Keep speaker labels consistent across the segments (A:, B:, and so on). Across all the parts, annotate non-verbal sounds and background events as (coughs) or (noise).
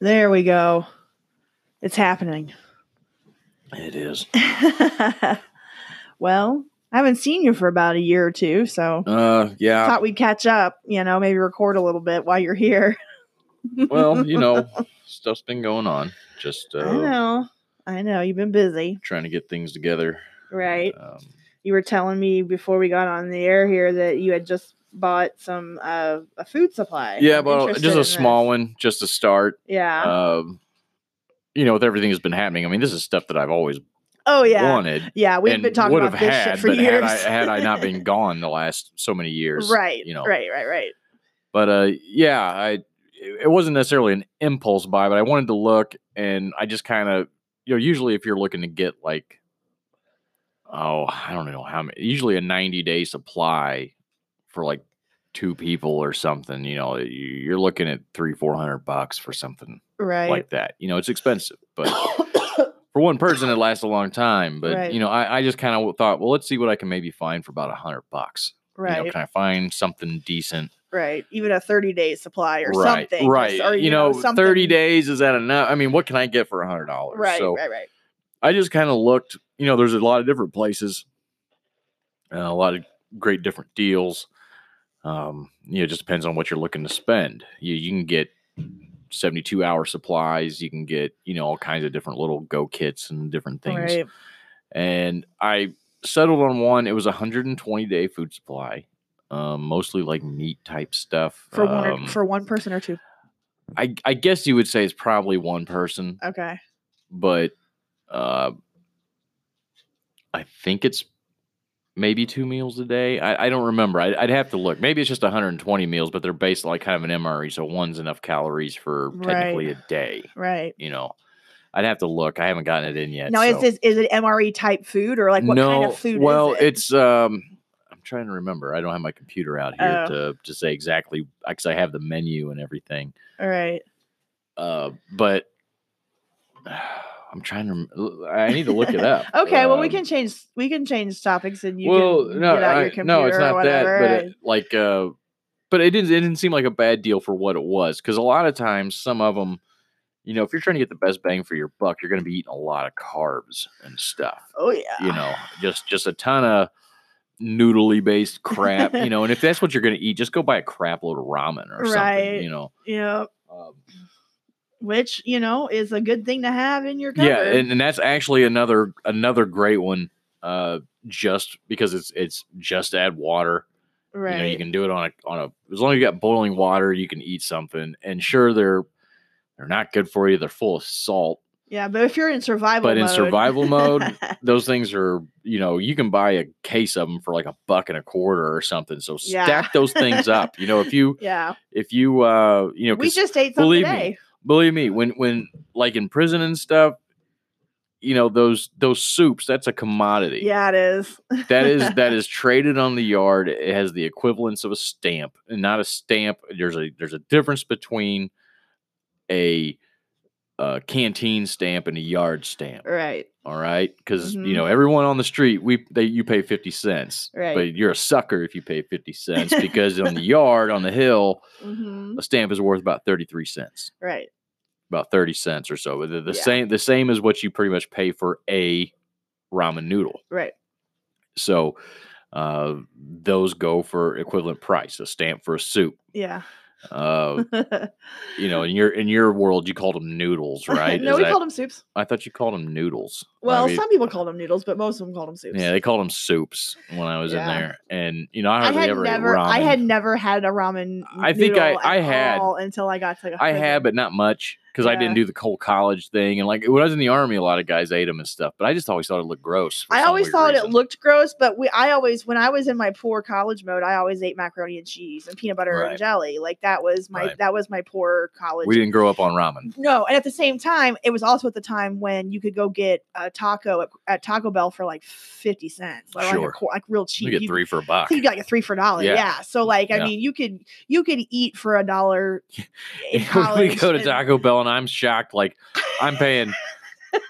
A: There we go. It's
B: (laughs)
A: happening.
B: It is.
A: well, I haven't seen you for about a year or two, so
B: Uh, yeah.
A: thought we'd catch up. You know, maybe record a little bit while you're here.
B: Well,
A: (laughs)
B: you know, stuff's been going on. Just
A: I
B: uh,
A: know, I know. You've been busy,
B: trying to get things together.
A: right?
B: Um,
A: You were telling me before we got on the air here that you had just bought some uh, a food supply.
B: yeah,
A: I'm
B: but
A: interested
B: just
A: in
B: a
A: this.
B: small one, just to start.
A: Yeah.
B: Um, you know, with everything that's been happening, I mean, this is stuff that I've always
A: oh yeah.
B: wanted.
A: Yeah, we've
B: and
A: been talking
B: would
A: about
B: have
A: this
B: had,
A: shit for
B: but
A: years.
B: had I, had I
A: (laughs)
B: not been gone the last so many years,
A: right,
B: You know,
A: right, right, right.
B: but uh yeah i it it wasn't necessarily an impulse buy but i wanted to look and i just kind of you know usually if you're looking to get like oh i don't know how many usually a 90 day supply for like two people or something you know you- you're looking at three four hundred bucks for something
A: Right.
B: like that you know it's expensive but for one person it lasts a long time but
A: Right.
B: you know i, I just kind of thought well let's see what i can maybe find for about a hundred bucks
A: right.
B: (coughs) you know can i find something decent
A: right. Even a 30 day supply or
B: right,
A: something.
B: Right.
A: Or,
B: you, know,
A: something-
B: 30 days is that enough? I mean, what can I get for a hundred dollars?
A: Right,
B: So
A: right, right.
B: I just kind of looked, you know, there's a lot of different places, uh, a lot of great different deals. Um, you know, it just depends on what you're looking to spend. You, you can get 72 hour supplies. You can get, you know, all kinds of different little go kits and different things.
A: Right.
B: And I settled on one. It was a 120 day food supply, um, mostly like meat type stuff.
A: For one
B: Um,
A: or, for one person or two.
B: I, I guess you would say it's probably one person,
A: Okay.
B: but uh, I think it's maybe two meals a day. I, I don't remember. I, I'd have to look. Maybe it's just 120 meals, but they're based like kind of an MRE, so one's enough calories for technically a day.
A: Right.
B: You know, I'd have to look. I haven't gotten it in yet.
A: Now
B: so-
A: is this is it MRE type food or like what
B: no,
A: kind of food
B: well,
A: is it?
B: it's um. I'm trying to remember. I don't have my computer out here
A: Oh.
B: to to say exactly because I have the menu and everything.
A: all right.
B: Uh, but (sighs) I'm trying to. rem- l- I need to look it up.
A: (laughs) Okay, well we
B: Um,
A: can change we can change topics and you
B: well,
A: can
B: no,
A: get out your
B: I-
A: computer
B: no, it's
A: or
B: not that.
A: whatever.
B: But it, like, uh, but it didn't. It didn't seem like a bad deal for what it was because a lot of times, some of them, you know, if you're trying to get the best bang for your buck, you're going to be eating a lot of carbs and stuff.
A: oh yeah.
B: You know, just just a ton of noodly based
A: (laughs)
B: crap. You know, and if that's what you're going to eat, just go buy a crap load of ramen or
A: Right.
B: something. You know.
A: Yeah.
B: Um,
A: Which, you know, is a good thing to have in your cupboard.
B: yeah and, and that's actually another another great one uh just because it's it's just add water
A: right.
B: you know you can do it on a on a as long as you got boiling water you can eat something and sure they're they're not good for you they're full of salt
A: yeah, but if you're in survival
B: but in
A: mode- (laughs)
B: survival mode, those things are you know you can buy a case of them for like a buck and a quarter or something so
A: Yeah.
B: stack those things up you know if you
A: yeah.
B: if you uh you know
A: We
B: 'cause-
A: just ate some
B: believe me,
A: today.
B: believe me when when like in prison and stuff you know those those soups that's a commodity
A: Yeah, it is.
B: (laughs)
A: (laughs)
B: that is that is traded on the yard it has the equivalence of a stamp and not a stamp there's a there's a difference between a uh, canteen stamp and a yard stamp
A: Right.
B: all right because
A: Mhm.
B: you know everyone on the street we they you pay 50 cents
A: Right.
B: but you're a sucker if you pay
A: (laughs)
B: 50 cents because on the yard on the hill
A: hmm
B: a stamp is worth about 33 cents
A: Right.
B: about 30 cents or so. The,
A: Yeah.
B: the same the same as what you pretty much pay for a ramen noodle.
A: Right.
B: So uh, those go for equivalent price, a stamp for a soup.
A: Yeah.
B: Uh, you know, in your in your world you called them noodles,
A: (laughs)
B: right?
A: no,
B: Is
A: we
B: that-
A: called them soups.
B: I thought you called them noodles. I
A: Well,
B: mean,
A: some people called them noodles, but most of them called them soups.
B: yeah, they called them soups when I was in
A: Yeah.
B: there. And you know, I
A: I
B: hardly
A: had
B: ever
A: never,
B: ate ramen.
A: I had never had a ramen.
B: I think I-
A: noodle
B: I
A: at
B: had-
A: all until I got to.
B: I had,
A: prison.
B: but not much because I
A: Yeah.
B: didn't do the whole college thing. And like when I was in the army, a lot of guys ate them and stuff. But I just always thought it looked gross. for
A: I
B: some
A: always
B: weird
A: thought
B: reason.
A: it looked gross, but we, I always, when I was in my poor college mode, I always ate macaroni and cheese and peanut butter and
B: Right.
A: jelly. Like that was my,
B: Right.
A: that was my poor college.
B: We didn't grow up on ramen.
A: No, and at the same time, it was also at the time when you could go get a taco at, at Taco Bell for like fifty cents, like, like, a
B: Sure.
A: qu- like real cheap.
B: You get three for a buck. (laughs)
A: You got like three for a dollar. Yeah.
B: Yeah.
A: So like, I
B: Yeah.
A: mean, you could you could eat for a dollar.
B: (laughs)
A: in
B: we
A: college
B: go to
A: and- (laughs)
B: Taco Bell and I'm shocked. Like I'm paying,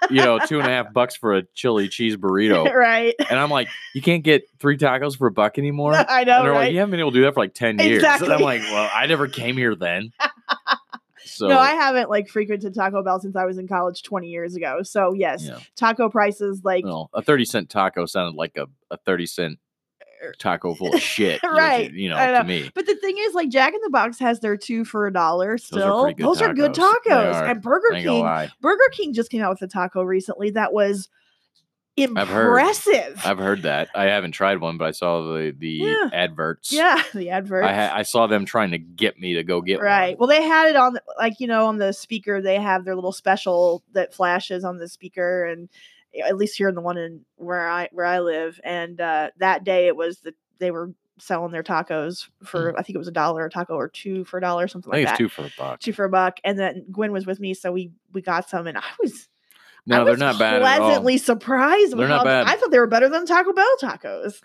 B: you know, two and
A: (laughs)
B: a half bucks for a chili cheese burrito,
A: right?
B: and I'm like, you can't get three tacos for a buck anymore. And
A: (laughs) I know,
B: they're
A: right?
B: like, you haven't been able to do that for like ten years. And
A: Exactly. (laughs)
B: I'm like, well, I never came here then. So
A: no, I haven't like frequented Taco Bell since I was in college 20 years ago. So yes,
B: Yeah.
A: taco prices like
B: well, a thirty cent taco sounded like a, a thirty cent
A: Er, (laughs)
B: taco full of shit. you know,
A: right,
B: You know,
A: I
B: to
A: know.
B: me.
A: But the thing is, like Jack in the Box has their two for a dollar
B: are
A: still.
B: pretty good
A: Those are good
B: tacos. They
A: tacos.
B: are.
A: And Burger
B: I ain't gonna
A: King,
B: lie.
A: Burger King just came out with a taco recently that was
B: heard.
A: impressive.
B: I've heard that. I haven't tried one, but I saw the the
A: Yeah.
B: adverts.
A: yeah, (laughs) the advert.
B: I ha- I saw them trying to get me to go get
A: right.
B: one.
A: Well, they had it on, the, like you know, on the speaker. They have their little special that flashes on the speaker, and eh, at least here in the one in where I where I live. And uh, that day, it was the they were selling their tacos for I think it was a dollar a taco or two for a dollar something
B: Mm. I think
A: like
B: it's
A: that.
B: two for a buck.
A: two for a buck. And then Gwen was with me, so we we got some, and I was I
B: No,
A: was
B: they're not bad at all.
A: Pleasantly surprised. with
B: They're not
A: how-
B: bad.
A: I thought they were better than Taco Bell tacos.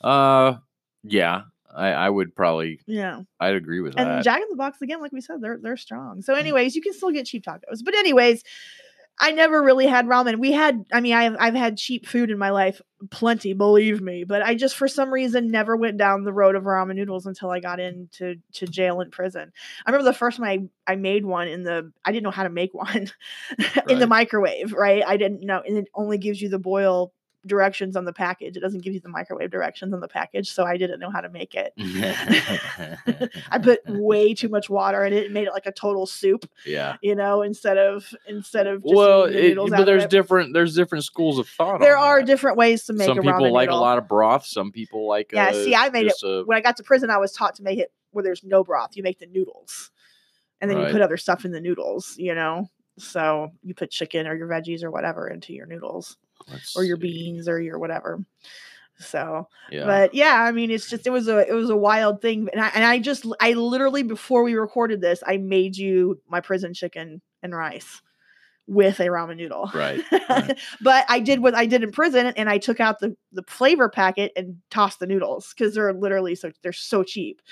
B: Uh, yeah, I, I would probably
A: Yeah,
B: I'd agree with
A: and
B: (laughs) that. Mm.
A: Jack in the Box again, like we said, they're they're strong. So, anyways, you can still get cheap tacos. But anyways. I never really had ramen. We had, I mean, I've, I've had cheap food in my life, plenty, believe me. But I just, for some reason, never went down the road of ramen noodles until I got into to jail and prison. I remember the first time I, I made one in the, I didn't know how to make (laughs) one in the
B: Right.
A: microwave, right? I didn't know. And it only gives you the boil directions on the package. It doesn't give you the microwave directions on the package. So I didn't know how to make
B: (laughs)
A: it. I put way too much water in it and made it like a total soup,
B: yeah.
A: you know, instead of instead of just
B: Well,
A: eating the
B: it,
A: noodles out
B: but
A: of
B: there's
A: it.
B: different there's different schools of thought.
A: there
B: on
A: are
B: that.
A: different ways to make
B: Some
A: a ramen
B: people like
A: noodle.
B: a lot of broth. Some people like
A: Yeah,
B: A,
A: see, I made it
B: just a-
A: when I got to prison, I was taught to make it where there's no broth. You make the noodles, and then you
B: Right.
A: put other stuff in the noodles. You know, so you put chicken or your veggies or whatever into your noodles
B: let's
A: or your
B: see,
A: beans or your whatever. So,
B: Yeah.
A: but yeah, I mean, it's just it was a it was a wild thing, and I and I just I literally before we recorded this, I made you my prison chicken and rice with a ramen noodle.
B: Right,
A: (laughs)
B: right.
A: but I did what I did in prison, and I took out the the flavor packet and tossed the noodles because they're literally so they're so cheap,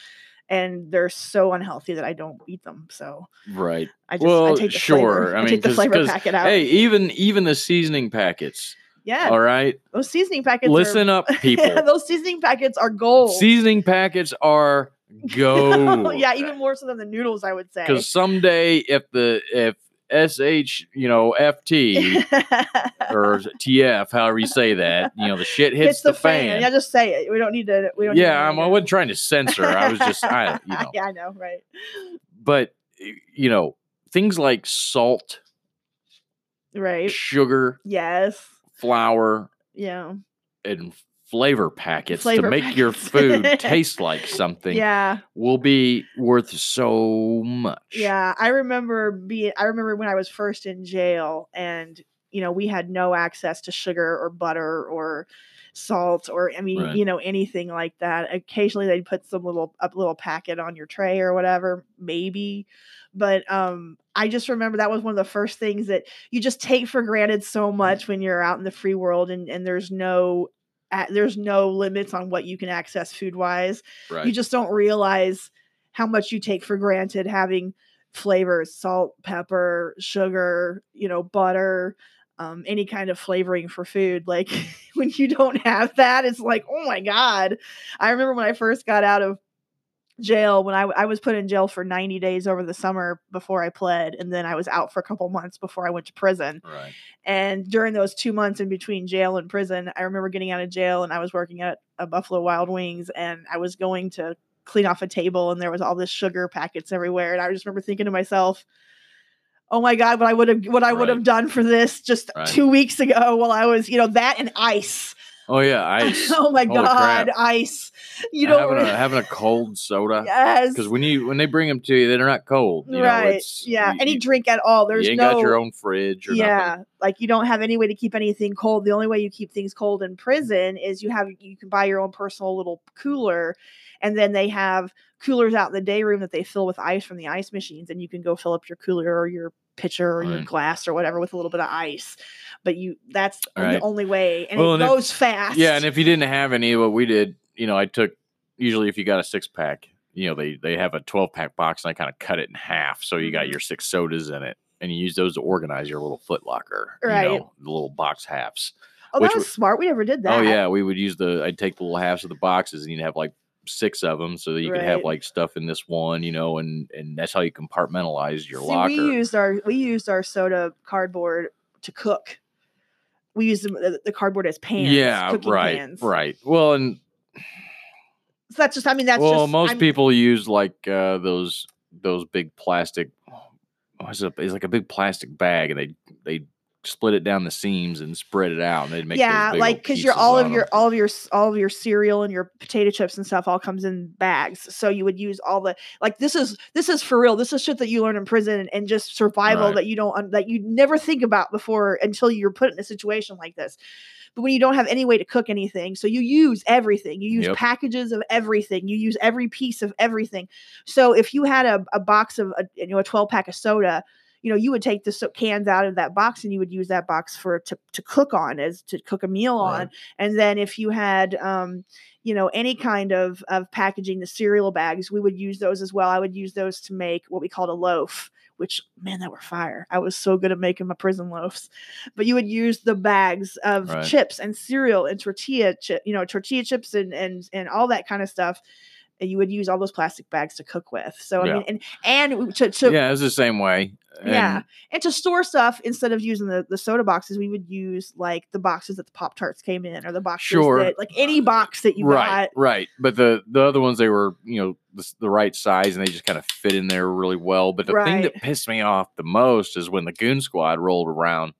A: and they're so unhealthy that I don't eat them. So
B: right.
A: I just I
B: Well,
A: take the
B: sure.
A: flavor, I,
B: I mean,
A: take the
B: 'cause-
A: flavor
B: 'cause,
A: packet out.
B: Hey, even even the seasoning packets.
A: yeah,
B: All right,
A: those seasoning packets. are- (laughs)
B: listen up, people.
A: those seasoning packets are gold.
B: seasoning packets
A: (laughs)
B: are go.
A: yeah, even more so than the noodles, I would say. (laughs)
B: because someday if the if sh you know
A: (laughs)
B: ft or tf however you say that you know the shit hits, the, fan,
A: Yeah, just say it. We don't need to. We don't. need to
B: yeah I'm, i
A: read it.
B: wasn't trying to censor i was just
A: (laughs)
B: i you know
A: yeah, I know, right?
B: but y- you know things like salt
A: Right.
B: sugar
A: Yes.
B: flour
A: Yeah.
B: and flavor packets
A: Flavor
B: to make your
A: packets.
B: food
A: (laughs)
B: taste like something
A: Yeah.
B: will be worth so much
A: Yeah, I remember being I remember when I was first in jail and you know, we had no access to sugar or butter or salt or I mean,
B: Right.
A: you know, anything like that. Occasionally they'd put some little a little packet on your tray or whatever, maybe. But um I just remember that was one of the first things that you just take for granted so much when you're out in the free world and and there's no a- there's no limits on what you can access food wise
B: right
A: you just don't realize how much you take for granted having flavors salt pepper sugar you know butter um, any kind of flavoring for food like (laughs) when you don't have that it's like oh my god i remember when i first got out of jail when I, I was put in jail for 90 days over the summer before i pled and then i was out for a couple months before i went to prison
B: right
A: and during those two months in between jail and prison, I remember getting out of jail and I was working at a Buffalo Wild Wings and I was going to clean off a table and there was all this sugar packets everywhere. And I just remember thinking to myself, Oh my God, what I would have what I would
B: Right.
A: have done for this just
B: Right.
A: two weeks ago while I was, you know, that and ice.
B: oh yeah ice
A: (laughs) oh my
B: Holy crap.
A: God, ice. You don't
B: having,
A: re-
B: a, having a cold soda
A: (laughs) Yes.
B: because when you when they bring them to you, they're not cold. You Know,
A: right.
B: it's,
A: yeah.
B: you-
A: Any
B: you-
A: drink at all. There's
B: you ain't
A: no
B: got your own fridge or
A: yeah
B: nothing.
A: like you don't have any way to keep anything cold the only way you keep things cold in prison is you have you can buy your own personal little cooler and then they have coolers out in the day room that they fill with ice from the ice machines and you can go fill up your cooler or your pitcher or your
B: Right.
A: glass or whatever with a little bit of ice but you that's
B: Right.
A: the only way and
B: Well,
A: it
B: and if-
A: goes fast
B: Yeah, and if you didn't have any, what we did, you know, I took usually if you got a six pack, you know, they they have a twelve pack box, and I kind of cut it in half, so you got
A: Mhm.
B: your six sodas in it, and you use those to organize your little Foot Locker,
A: Right.
B: You know, the little box halves.
A: oh
B: which
A: that was
B: w-
A: smart we never did that
B: Oh yeah, we would use the. I'd take the little halves of the boxes, and you'd have like six of them so that you could have
A: Right.
B: like stuff in this one, you know, and and that's how you compartmentalize your
A: See,
B: locker.
A: we used our we used our soda cardboard to cook. We used them- the, the cardboard as pans.
B: yeah,
A: cooking
B: right,
A: pans.
B: right. Well, and
A: So that's just. I mean, that's
B: well,
A: just.
B: most
A: I'm-
B: people use like uh, those those big plastic. What's it? It's like a big plastic bag, and they they split it down the seams and spread it out, and they make
A: yeah,
B: those big
A: like
B: old
A: because your
B: pieces
A: all
B: on
A: of
B: 'em.
A: your all of your s- all of your cereal and your potato chips and stuff all comes in bags. So you would use all the like this is this is for real. This is shit that you learn in prison and, and just survival
B: Right.
A: that you don't un- that you never think about before until you're put in a situation like this. But when you don't have any way to cook anything, so you use everything. You use
B: Yep.
A: packages of everything. You use every piece of everything. So if you had a, a box of a, you know a 12 pack of soda you know, you would take the so- cans out of that box and you would use that box for to, to cook on as to cook a meal
B: Right.
A: on. And then if you had, um, you know, any kind of of packaging, the cereal bags, we would use those as well. I would use those to make what we called a loaf. Which man, that were fire! I was so good at making my prison loaves, but you would use the bags of
B: Right.
A: chips and cereal and tortilla, chi- you know, tortilla chips and and and all that kind of stuff. And you would use all those plastic bags to cook with. So
B: Yeah.
A: I mean, and and to, to
B: yeah, it's the same way.
A: yeah.
B: And-
A: And to store stuff, instead of using the, the soda boxes, we would use like the boxes that the Pop Tarts came in or the boxes
B: Sure.
A: that, like any box that you
B: right, right. But the the other ones they were, you know, the, s- the right size and they just kind of fit in there really well. But the thing that
A: Right.
B: pissed me off the most is when the Goon Squad rolled around,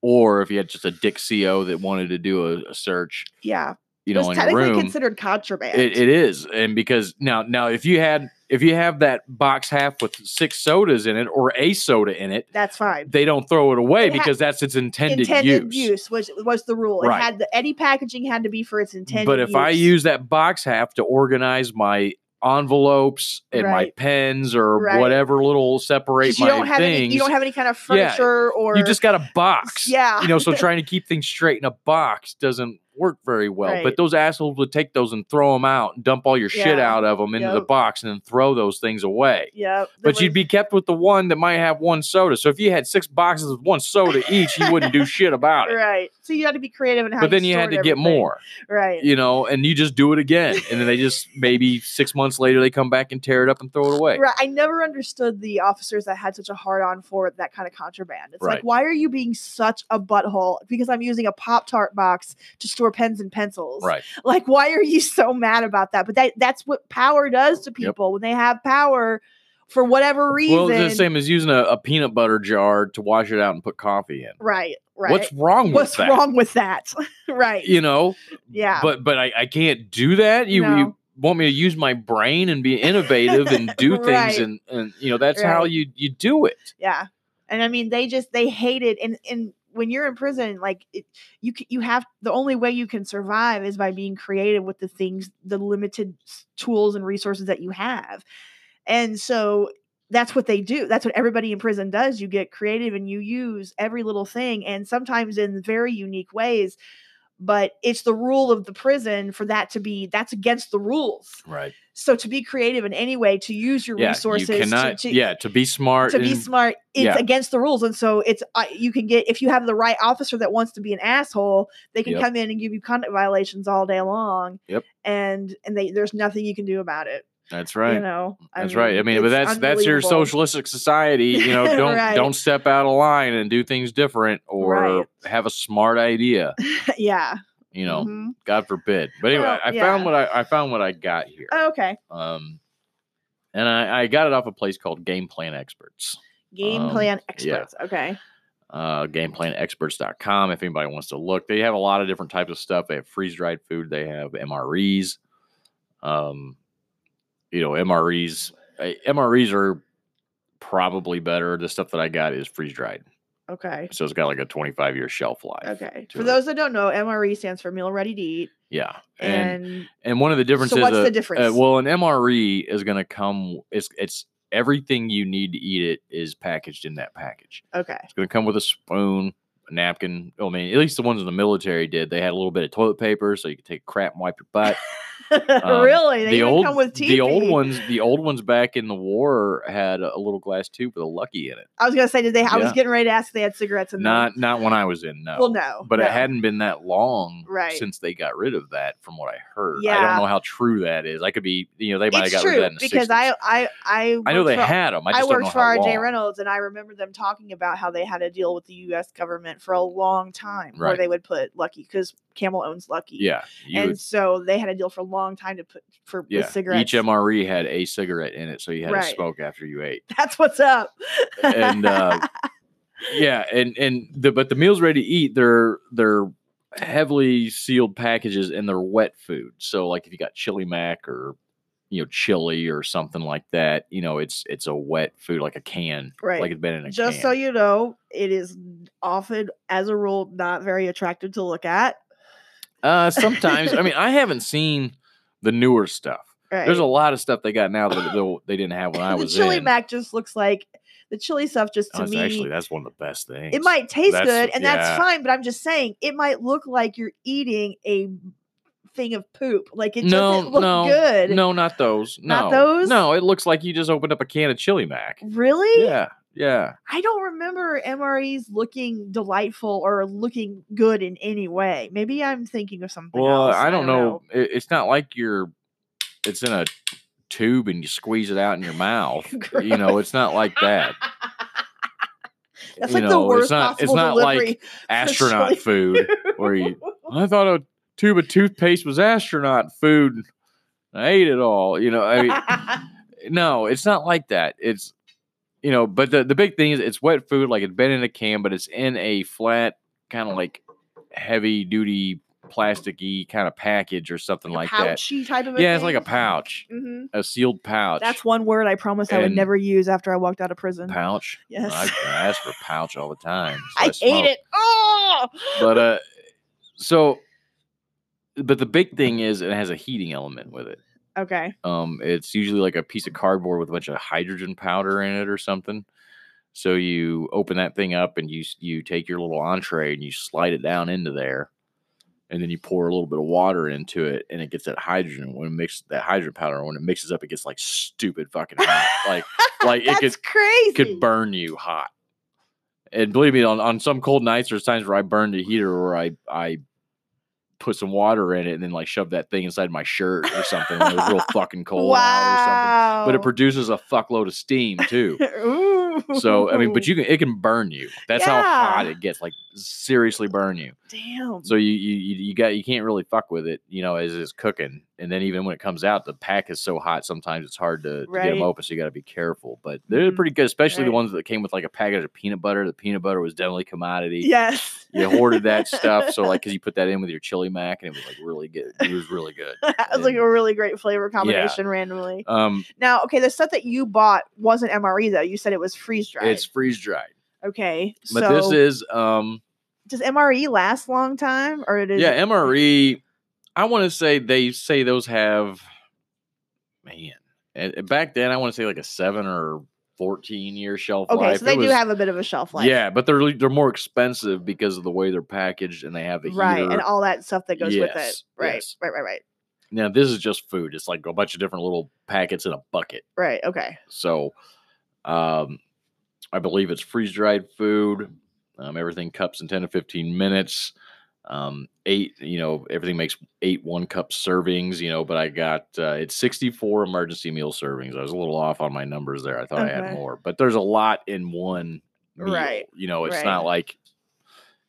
B: or if you had just a dick CO that wanted to do a, a search,
A: got. Yeah.
B: you
A: it was
B: know, in a
A: technically
B: room.
A: considered contraband.
B: It, it is, and because now now if you had if you have that box half with six sodas in it or a soda in it,
A: That's fine.
B: they don't throw it away
A: It ha-
B: because that's its intended,
A: Intended
B: use.
A: use, was was the rule.
B: Right.
A: It had the any packaging had to be for its intended
B: but if I
A: use.
B: use that box half to organize my envelopes and my
A: Right.
B: pens or
A: Right.
B: whatever little
A: 'Cause
B: separate
A: you
B: my
A: don't have
B: things,
A: any you don't have any kind of
B: Yeah,
A: furniture or
B: you just got a box.
A: yeah.
B: You
A: (laughs)
B: know, so trying to keep things straight in a box doesn't work very well. But
A: Right.
B: those assholes would take those and throw them out and dump all your shit
A: Yeah.
B: out of them into the
A: Yep.
B: box and then throw those things away.
A: yeah. there
B: But you'd
A: was-
B: be kept with the one that might have one soda. So if you had six boxes with one soda each, you wouldn't do shit about it.
A: right. So you had to be creative in how
B: But then you had
A: stored
B: to get
A: everything.
B: more
A: Right.
B: you know, and you just do it again. And then
A: (laughs)
B: they just maybe six months later they come back and tear it up and throw it away.
A: Right. I never understood the officers that had such a hard on for that kind of contraband. It's
B: Right.
A: like, why are you being such a butthole? Because I'm using a Pop Tart box to store pens and pencils.
B: Right.
A: (laughs) Like, why are you so mad about that? But that that's what power does to people when they have power for whatever reason.
B: Well, it's the same as using a, a peanut butter jar to wash it out and put coffee in.
A: Right. Right.
B: What's wrong with
A: What's
B: that?
A: wrong with that? (laughs) right.
B: You know,
A: Yeah.
B: but but I, I can't do that. You you
A: No.
B: want me to use my brain and be innovative and do
A: (laughs) Right.
B: things and and you know that's how
A: Right.
B: you you do it.
A: Yeah. And I mean, they just they hate it. And and when you're in prison, like it, you c- you have the only way you can survive is by being creative with the things, the limited s- tools and resources that you have. And so that's what they do. That's what everybody in prison does. You get creative and you use every little thing, and sometimes in very unique ways. But it's the rule of the prison for that to be that's against the rules.
B: Right.
A: So to be creative in any way, to use your
B: Yeah.
A: resources,
B: you
A: to-
B: cannot.
A: to,
B: yeah. To be smart.
A: to be
B: and-
A: smart it's
B: yeah.
A: against the rules and so it's uh, you can get if you have the right officer that wants to be an asshole they can
B: Yep.
A: come in and give you conduct violations all day long
B: Yep.
A: and and they, there's nothing you can do about it
B: That's right.
A: you know
B: That's right. I mean,
A: it's
B: but that's that's your
A: unbelievable.
B: socialistic society. You
A: (laughs)
B: know, don't
A: Right.
B: don't step out of line and do things different or
A: Right.
B: have a smart idea.
A: (laughs) yeah
B: You know,
A: Mhm.
B: God forbid. But anyway,
A: Well,
B: I
A: yeah.
B: found what I, I found what I got here.
A: Oh, okay
B: Um, and I, I got it off a place called Game Plan Experts.
A: game
B: Um,
A: plan
B: yeah.
A: experts okay
B: Uh, gameplanexperts.com. If anybody wants to look, they have a lot of different types of stuff. They have freeze dried food. They have MREs. Um, you know, MREs. uh, MREs are probably better. The stuff that I got is freeze dried.
A: okay
B: So it's got like a 25 year shelf life.
A: okay
B: to
A: for
B: it.
A: those that don't know mre stands for meal ready to eat
B: Yeah. And
A: and,
B: and one of the differences
A: what's
B: uh,
A: the
B: uh,
A: difference?
B: well, an MRE is going to come it's it's everything you need to eat it is packaged in that package.
A: okay (laughs)
B: It's going to come with a spoon. a napkin. I mean, at least the ones in the military did. They had a little bit of toilet paper, so you could take a crap and wipe your butt. Um,
A: really? (laughs) They
B: the
A: even
B: old,
A: come with
B: the old
A: teepee.
B: ones, the old ones back in the war had a a little glass tube with a lucky in it.
A: I was gonna say, did they? I was
B: Yeah.
A: getting ready to ask if they had cigarettes in them.
B: Not not when I was in, no.
A: Well, no.
B: but
A: no.
B: it hadn't been that long
A: Right.
B: since they got rid of that, from what I heard. I
A: Yeah.
B: don't know how true that is. I could be, you know, they might have
A: It's
B: got
A: true
B: rid of that in the
A: because
B: 60s.
A: I I I
B: I know
A: worked
B: they
A: for,
B: had them. I
A: I
B: just don't know
A: worked for
B: how
A: R.J.
B: long.
A: Reynolds, and I remember them talking about how they had to deal with the U.S. government for a long time, where
B: Right.
A: they would put Lucky because Camel owns Lucky.
B: Yeah, you
A: and
B: would-
A: so they had a deal for a long time to put for
B: yeah.
A: with cigarettes.
B: Each MRE had a cigarette in it, so you had to
A: Right.
B: smoke after you ate.
A: (laughs) That's what's up.
B: And uh, yeah, and and the but the meals ready to eat, they're they're heavily sealed packages and they're wet food. So like if you got chili mac or you know chili or something like that, you know it's it's a wet food like a can,
A: (laughs) Right.
B: Like it's been in a
A: Just
B: can.
A: so you know, it is often, as a rule, not very attractive to look at.
B: Uh, sometimes I mean I haven't seen the newer stuff.
A: Right.
B: There's a lot of stuff they got now that that they didn't have when I
A: (laughs)
B: was
A: the chili
B: in.
A: mac just looks like the chili stuff. Just to
B: That's
A: me,
B: actually that's one of the best things.
A: it might taste
B: That's-
A: good, and that's
B: yeah.
A: fine. But I'm just saying, it might look like you're eating a thing of poop. Like it doesn't look
B: no,
A: good.
B: No, not those. No,
A: Not those?
B: No, it looks like you just opened up a can of chili mac.
A: Really?
B: Yeah, yeah.
A: I don't remember MREs looking delightful or looking good in any way. Maybe I'm thinking of something
B: Well,
A: else.
B: I don't know. It, it's not like you're. It's in a tube and you squeeze it out in your mouth.
A: (laughs)
B: you know, it's not like that.
A: That's
B: you
A: like the
B: know,
A: worst
B: it's not. It's
A: possible
B: not
A: delivery.
B: like astronaut
A: chili.
B: food
A: (laughs)
B: where you. I thought a tube of toothpaste was astronaut food. I ate it all. You know, I
A: (laughs)
B: mean, no, it's not like that. It's you know, but the the big thing is it's wet food, like it's been in a can, but it's in a flat, kind of like heavy duty plasticky kind of package or something like, that.
A: pouchy type of a
B: Yeah, it's like a
A: thing?
B: pouch,
A: Mhm.
B: a sealed pouch.
A: That's one word I promised I would
B: And-
A: never use after I walked out of prison. (laughs)
B: pouch.
A: Yes.
B: I, I ask for pouch all the time. so
A: I
B: smoke.
A: hate it. Oh,
B: But uh, so, but the big thing is it has a heating element with it.
A: okay.
B: Um, it's usually like a piece of cardboard with a bunch of hydrogen powder in it or something. So you open that thing up and you s- you take your little entree and you slide it down into there, and then you pour a little bit of water into it, and it gets that hydrogen. When it mixes that hydrogen powder, when it mixes up, it gets like stupid fucking hot. like like it
A: That's
B: could
A: crazy.
B: could burn you hot. And believe me, on, on some cold nights, there's times where I burned the heater where I I put some water in it and then like shoved that thing inside my shirt or something. when it was real
A: (laughs)
B: fucking cold out or something.
A: Wow.
B: But it produces a fuckload of steam too.
A: (laughs) Ooh.
B: So I mean, but you can it can burn you. That's how hot
A: Yeah.
B: it gets. Like seriously burn you.
A: damn.
B: So you you you you got you can't really fuck with it, you know, as it's cooking. And then even when it comes out, the pack is so hot sometimes it's hard to, to get
A: Right.
B: them open. So you got to be careful. But they're
A: Mhm.
B: pretty good, especially the
A: Right.
B: ones that came with like a package of peanut butter. The peanut butter was definitely commodity.
A: yes.
B: You hoarded that stuff, so like because you put that in with your chili mac, and it was like really good. It was really good.
A: (laughs) that was like a really great flavor combination randomly.
B: Um,
A: Now, okay, the stuff that you bought wasn't MRE though. You said it was freeze dried.
B: it's freeze dried,
A: okay.
B: but
A: so
B: this is um,
A: does MRE last long time or it is
B: yeah, MRE. I want to say they say those have, man, a- back then I want to say like a seven or fourteen year shelf
A: Okay,
B: E life.
A: so
B: It
A: they
B: was-
A: do have a bit of a shelf life.
B: yeah, but they're they're more expensive because of the way they're packaged and they have the
A: Right.
B: heater.
A: And all that stuff that goes with it.
B: Yes,
A: Right.
B: yes.
A: Right, right, right.
B: now this is just food. It's like a bunch of different little packets in a bucket.
A: Right. Okay.
B: So, um, I believe it's freeze dried food. Um, everything cups in ten to fifteen minutes. Um, eight, you know, everything makes eight one cup servings. You know, but I got uh, it's sixty four emergency meal servings. I was a little off on my numbers there. I thought I
A: Okay.
B: had more, but there's a lot in one. Meal.
A: Right,
B: You know, it's
A: right.
B: not like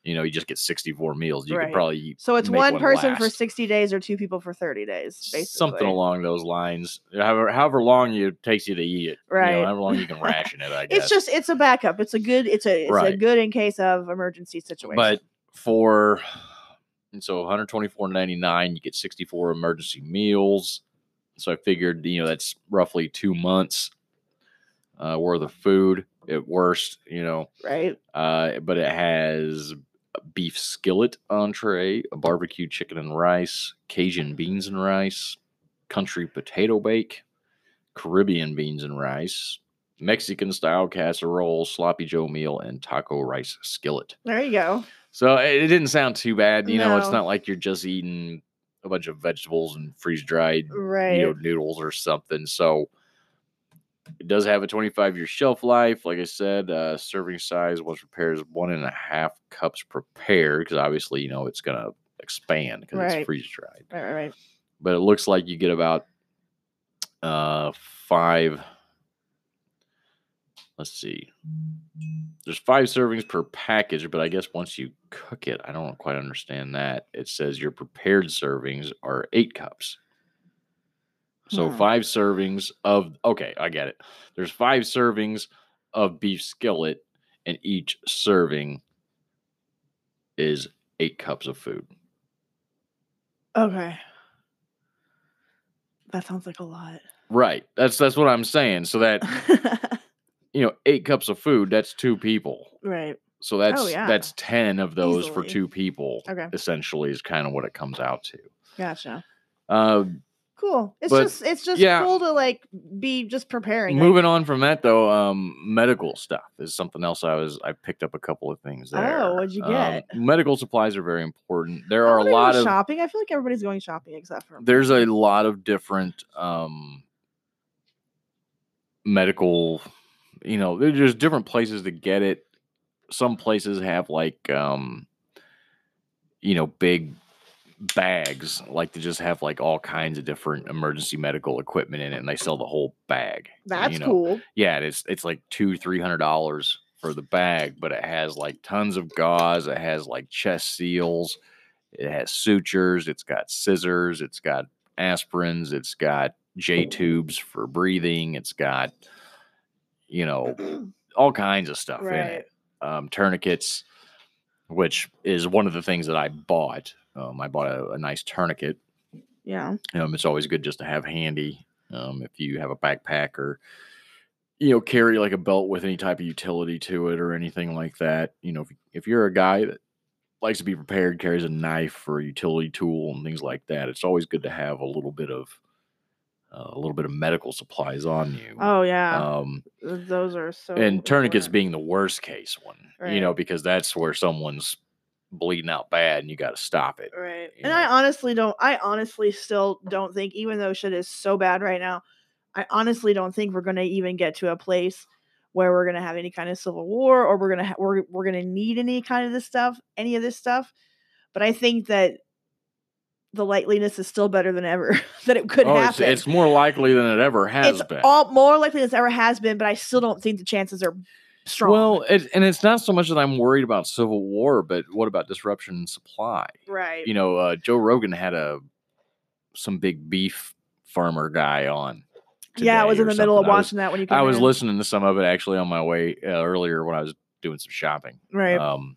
B: you know you just get sixty four meals. You
A: Right.
B: could probably eat
A: So it's
B: make
A: one person for
B: last.
A: 60 days or two people for 30 days, basically.
B: something along those lines. However, however long it takes you to eat it, you know,
A: Right.
B: however long you can ration it, I
A: (laughs)
B: guess.
A: It's just it's a backup. It's a good it's a it's a
B: Right.
A: good in case of emergency situation.
B: but for and so 124.99 you get 64 emergency meals so i figured you know that's roughly two months uh, worth of food at worst you know
A: right?
B: uh, but it has a beef skillet entree a barbecue chicken and rice cajun beans and rice country potato bake caribbean beans and rice Mexican style casserole, sloppy Joe meal, and taco rice skillet.
A: There you go.
B: So it it didn't sound too bad. You know, it's
A: No.
B: not like you're just eating a bunch of vegetables and freeze dried
A: Right.
B: you know noodles or something. So it does have a 25 year shelf life. Like I said, uh, serving size once prepared is one and a half cups prepared because obviously you know it's gonna expand because
A: Right.
B: it's freeze dried.
A: right, right, right.
B: But it looks like you get about uh, five. Let's see. There's five servings per package, but I guess once you cook it, I don't quite understand that. It says your prepared servings are eight cups. So
A: Hmm.
B: five servings of okay, I get it. There's five servings of beef skillet, and each serving is eight cups of food.
A: Okay. That sounds like a lot. (laughs)
B: Right. That's that's what I'm saying. So that you know, eight cups of food, that's two people.
A: right.
B: So that's
A: Oh, yeah.
B: that's ten of those for
A: Easily.
B: two people.
A: Okay.
B: Essentially, is kind of what it comes out to.
A: Gotcha.
B: Uh,
A: Cool. It's
B: But,
A: just it's just
B: yeah.
A: cool to like be just preparing. like-
B: moving on from that though, um, medical stuff is something else. I was I picked up a couple of things
A: Oh,
B: there.
A: what'd you
B: Um,
A: get? Oh,
B: medical supplies are very important. There
A: I
B: are a
A: wanna go
B: lot of
A: shopping. I feel like everybody's going shopping except for me.
B: there's a lot of different um medical you know there- there's different places to get it some places have like um you know big bags like to just have like all kinds of different emergency medical equipment in it and they sell the whole bag and,
A: That's
B: you know,
A: cool.
B: yeah and it's it's like two three hundred dollars for the bag but it has like tons of gauze it has like chest seals it has sutures it's got scissors it's got aspirins it's got j tubes for breathing it's got you know all kinds of stuff in
A: Right.
B: it um, tourniquets which is one of the things that i bought um, i bought a, a nice tourniquet
A: Yeah.
B: um, it's always good just to have handy um, if you have a backpack or you know carry like a belt with any type of utility to it or anything like that. You know, if, if you're a guy that likes to be prepared, carries a knife or a utility tool and things like that, it's always good to have a little bit of uh, a little bit of medical supplies on you.
A: Oh yeah.
B: um,
A: Th- Those are so
B: and tourniquets
A: important.
B: being the worst case one, you
A: Right.
B: know, because that's where someone's bleeding out bad and you got to stop it.
A: Right.
B: you
A: And
B: know.
A: I honestly don't I honestly still don't think even though shit is so bad right now, I honestly don't think we're going to even get to a place where we're going to have any kind of civil war or we're going to ha- we're we're going to need any kind of this stuff, any of this stuff. But I think that the likeliness is still better than ever (laughs) that it could
B: Oh, it's,
A: happen.
B: it's more likely than it ever has
A: It's
B: been.
A: all more likely than it's ever has been, but I still don't think the chances are strong.
B: Well, it, and it's not so much that I'm worried about civil war, but what about disruption in supply?
A: right.
B: You know, uh, Joe Rogan had a some big beef farmer guy on.
A: yeah, I was
B: today
A: in
B: or
A: the middle of
B: something. I was-
A: watching that when you came
B: I was
A: in.
B: listening to some of it actually on my way uh, earlier when I was doing some shopping
A: Right.
B: um,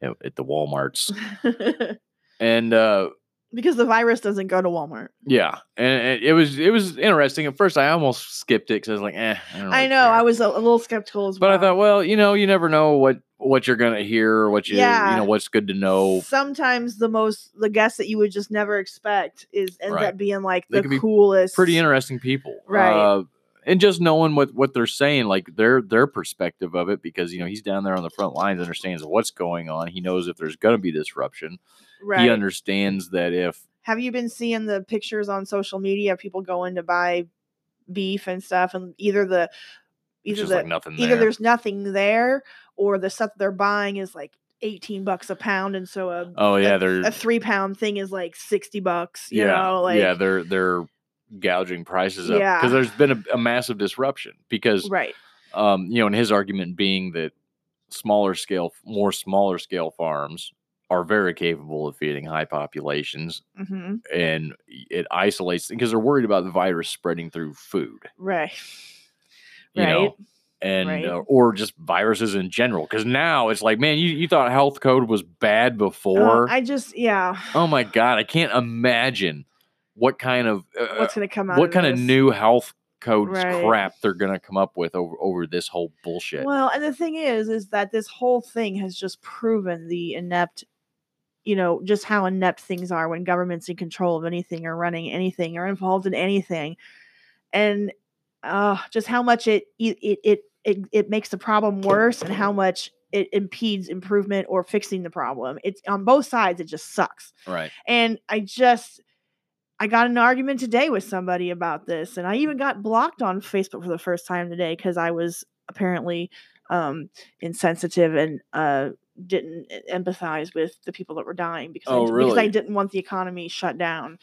B: at, at
A: (laughs)
B: the WalMarts, and uh,
A: because the virus doesn't go to Walmart.
B: yeah, and, and it was it was interesting. At first, I almost skipped it because I was like, eh, I, don't
A: I
B: really
A: know.
B: care.
A: I was a, a little skeptical as
B: But
A: well.
B: I thought, well, you know, you never know what what you're gonna hear, or what you you
A: Yeah.
B: know, what's good to know.
A: Sometimes the most the guest that you would just never expect is ends
B: Right.
A: up being like
B: They
A: the
B: could be
A: coolest.
B: Pretty interesting people,
A: Right.
B: Uh, and just knowing what what they're saying, like their their perspective of it, because you know he's down there on the front lines, understands what's going on. He knows if there's gonna be disruption.
A: Right.
B: He understands that if
A: Have you been seeing the pictures on social media of people going to buy beef and stuff, and either the
B: it's
A: either
B: just
A: the
B: like nothing
A: either
B: there.
A: there's nothing there, or the stuff they're buying is like eighteen bucks a pound, and so a
B: oh yeah,
A: a,
B: they're
A: a three pound thing is like sixty bucks. You
B: yeah,
A: know, like
B: yeah, they're they're gouging prices up because
A: Yeah.
B: there's been a, a massive disruption because
A: right,
B: um, you know, and his argument being that smaller scale, more smaller scale farms are very capable of feeding high populations,
A: hmm
B: and it isolates because they're worried about the virus spreading through food,
A: right,
B: you
A: Right.
B: know, and
A: Right.
B: uh, or just viruses in general. Because now it's like, man, you, you thought health code was bad
A: Uh,
B: before.
A: I just yeah.
B: oh my god, I can't imagine what kind of uh,
A: what's going to come out?
B: what kind of
A: this.
B: new health codes
A: Right.
B: crap they're gonna come up with over over this whole bullshit.
A: Well, and the thing is, is that this whole thing has just proven the inept, you know, just how inept things are when government's in control of anything or running anything or involved in anything. And uh, just how much it it, it it it it makes the problem worse and how much it impedes improvement or fixing the problem. It's on both sides. It just sucks.
B: Right.
A: And I just I got in an argument today with somebody about this, and I even got blocked on Facebook for the first time today because I was apparently um, insensitive and uh, didn't empathize with the people that were dying because
B: Oh,
A: I, because I
B: really?
A: didn't want the economy shut down.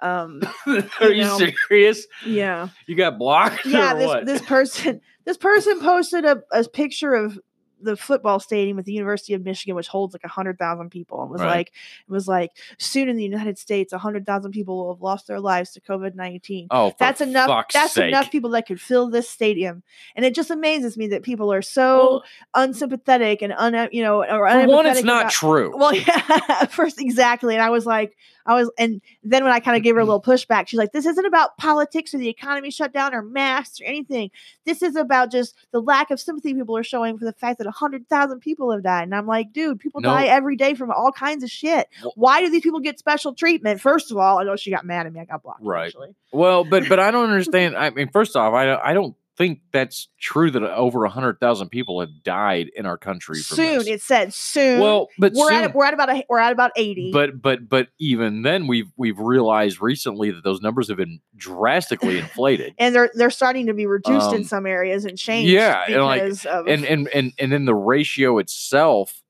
A: Um,
B: (laughs) Are
A: You
B: you
A: know.
B: serious?
A: yeah.
B: You got blocked?
A: yeah,
B: or
A: this,
B: what?
A: this person (laughs) this person posted a, a picture of the football stadium at the University of Michigan, which holds like hundred thousand people, and was
B: Right.
A: like it was like soon in the United States, hundred thousand people will have lost their lives to COVID nineteen.
B: oh, for
A: That's enough.
B: fuck's
A: That's
B: sake.
A: enough people that could fill this stadium, and it just amazes me that people are so unsympathetic and un you know or
B: For one, it's
A: unempathetic
B: not
A: about-
B: true.
A: well, (laughs) yeah, first exactly. And I was like, I was, and then when I kind of gave her a little pushback, she's like, "This isn't about politics or the economy shutdown or masks or anything. This is about just the lack of sympathy people are showing for the fact that hundred thousand people have died." And I'm like, "Dude, people
B: No.
A: die every day from all kinds of shit.
B: Well-
A: Why do these people get special treatment?" First of all, I know she got mad at me. I got blocked.
B: Right.
A: Actually.
B: Well, but but
A: (laughs)
B: I don't understand. I mean, first off, I don't, I don't think that's true that over hundred thousand people have died in our country. From
A: Soon
B: this.
A: it said soon.
B: well, but
A: we're
B: soon,
A: at we're at about a, we're at about eighty.
B: but but but even then, we've we've realized recently that those numbers have been
A: (laughs)
B: drastically inflated.
A: and they're they're starting to be reduced in
B: Um,
A: some areas and changed.
B: yeah, and, like,
A: because of
B: and and and and then the ratio itself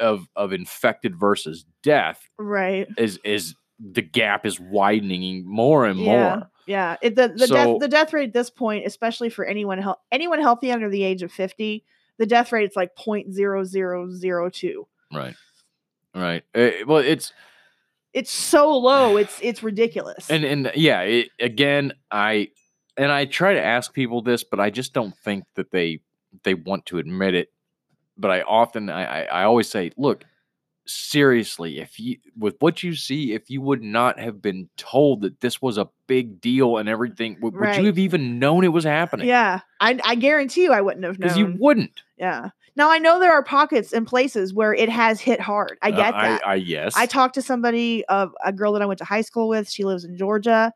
B: of of infected versus death
A: right.
B: is is the gap is widening more and
A: Yeah.
B: more.
A: Yeah, it, the the
B: So-
A: death the death rate at this point, especially for anyone health anyone healthy under the age of fifty, the death rate is like point zero zero zero two.
B: Right. Right. Eh, well, it's
A: It's so low,
B: (sighs)
A: it's it's ridiculous.
B: and and yeah it, again i and i try to ask people this but i just don't think that they they want to admit it but i often i i, I always say look seriously if you with what you see if you would not have been told that this was a big deal and everything would, would
A: Right.
B: you have even known it was happening
A: yeah, I I guarantee you, I wouldn't have known.
B: because you wouldn't
A: yeah. Now I know there are pockets and places where it has hit hard. I
B: Uh,
A: get that.
B: i, I yes
A: I talked to somebody, uh, a girl that I went to high school with. She lives in Georgia.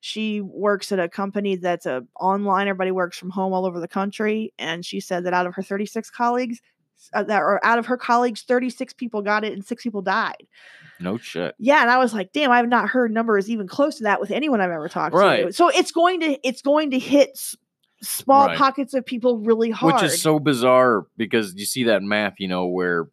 A: She works at a company that's a online. Everybody works from home all over the country, and she said that out of her 36 colleagues, s- uh, that or out of her colleagues, 36 people got it and six people died.
B: no shit
A: Yeah, and I was like, damn, I have not heard numbers even close to that with anyone I've ever talked to.
B: Right.
A: So it's going to it's going to hit s- small
B: Right.
A: pockets of people really hard.
B: Which is so bizarre because you see that math, you know, where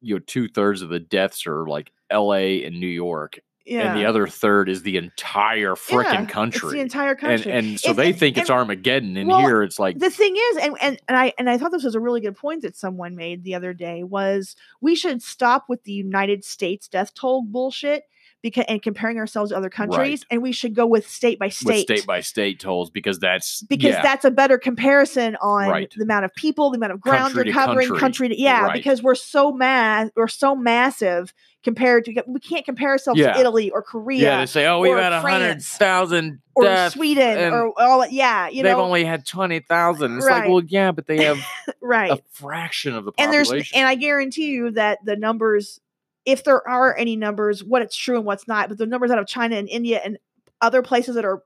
B: you know two thirds of the deaths are like L.A. and New York,
A: yeah.
B: and the other third is the entire
A: Yeah,
B: frickin'
A: it's the
B: country.
A: entire
B: and
A: country.
B: and so
A: It's-
B: they
A: and-
B: think it's
A: and-
B: Armageddon, and
A: well,
B: here it's like,
A: the thing is and, and and i and i thought this was a really good point that someone made the other day was we should stop with the united states death toll bullshit because and comparing ourselves to other countries and we should go with state by
B: with
A: state,
B: state by state tolls because that's
A: because
B: yeah,
A: that's a better comparison on
B: Right.
A: the amount of people the amount of ground
B: Country
A: you're
B: to
A: covering
B: country.
A: country to, yeah
B: Right.
A: because we're so mass we're so massive compared to we can't compare ourselves
B: Yeah.
A: to italy or korea
B: yeah. They say, oh, we've
A: or
B: had a hundred
A: France,
B: thousand
A: or
B: deaths.
A: sweden
B: and
A: or all yeah you
B: They've
A: know
B: only had twenty thousand. It's
A: Right.
B: like, well, yeah, but they have
A: (laughs) right
B: a fraction of the
A: and there's
B: population.
A: and I guarantee you that the numbers, if there are any numbers, what it's true and what's not, but the numbers out of China and India and other places that are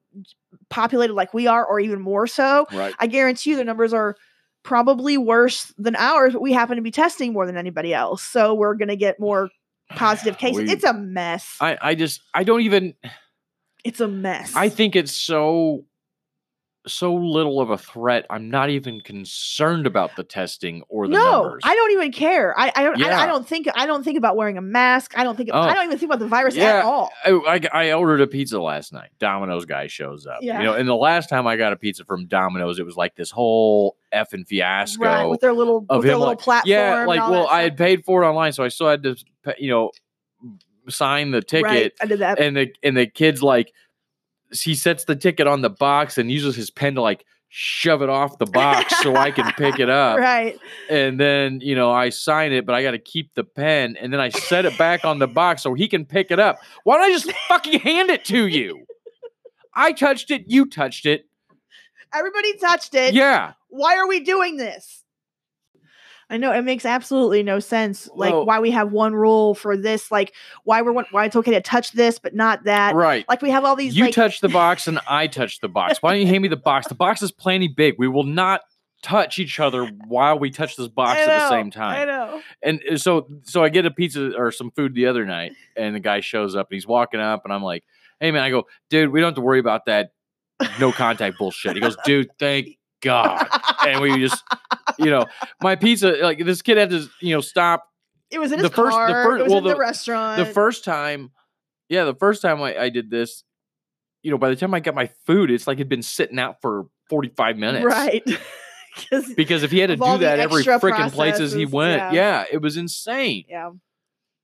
A: populated like we are, or even more so,
B: right.
A: I guarantee you the numbers are probably worse than ours, but we happen to be testing more than anybody else, so we're gonna get more positive cases.
B: (sighs) We-
A: it's a mess.
B: I, I just I don't even
A: it's a mess.
B: I think it's so so little of a threat. I'm not even concerned about the testing or the
A: no,
B: numbers.
A: I don't even care. I, I don't. I, I
B: Yeah.
A: don't think. I don't think about wearing a mask. I don't think.
B: Oh.
A: I don't even think about the virus
B: Yeah,
A: at all.
B: Oh, I, I, I ordered a pizza last night. Domino's guy shows up.
A: Yeah.
B: You know, and the last time I got a pizza from Domino's, it was like this whole effing fiasco.
A: Right, with their little
B: of
A: with their
B: him,
A: little
B: like,
A: platform.
B: yeah,
A: and
B: like
A: all
B: well,
A: that
B: I
A: stuff.
B: had paid for it online, so I still had to, pa- you know, sign the ticket.
A: Right, I did that.
B: and the and the kid's like he sets the ticket on the box and uses his pen to like shove it off the box so I can pick it up.
A: (laughs) right.
B: And then, you know, I sign it, but I gotta keep the pen and then I set it back on the box so he can pick it up. Why don't I just fucking hand it to you? I touched it, you touched it.
A: Everybody touched it.
B: Yeah.
A: Why are we doing this? I know it makes absolutely no sense. Like
B: Well-
A: why we have one rule for this, like why we're one- why it's okay to touch this but not that.
B: Right.
A: Like we have all these
B: you
A: like
B: touch the box and I touch the box. Why don't you hand me the box? The box is plenty big. We will not touch each other while we touch this box
A: I
B: at the
A: know,
B: same
A: I
B: time.
A: know.
B: And uh, so so I get a pizza or some food the other night and the guy shows up and he's walking up and I'm like, "Hey man, I go, "Dude, we don't have to worry about that no contact bullshit." He goes, "Dude, thank God." Oh, And we just you know, my pizza like this kid had to, you know, stop
A: (laughs) it was in his
B: the first- the
A: car.
B: first-
A: it was
B: well,
A: in the,
B: the-
A: restaurant.
B: the first time, yeah, the first time I, I did this, you know, by the time I got my food, it's like it'd been sitting out for 45 minutes.
A: right. (laughs) 'Cause-
B: Because if he had to
A: Of all
B: do
A: the
B: that every
A: extra
B: freaking places he
A: processes,
B: went,
A: yeah.
B: yeah. it was insane.
A: yeah.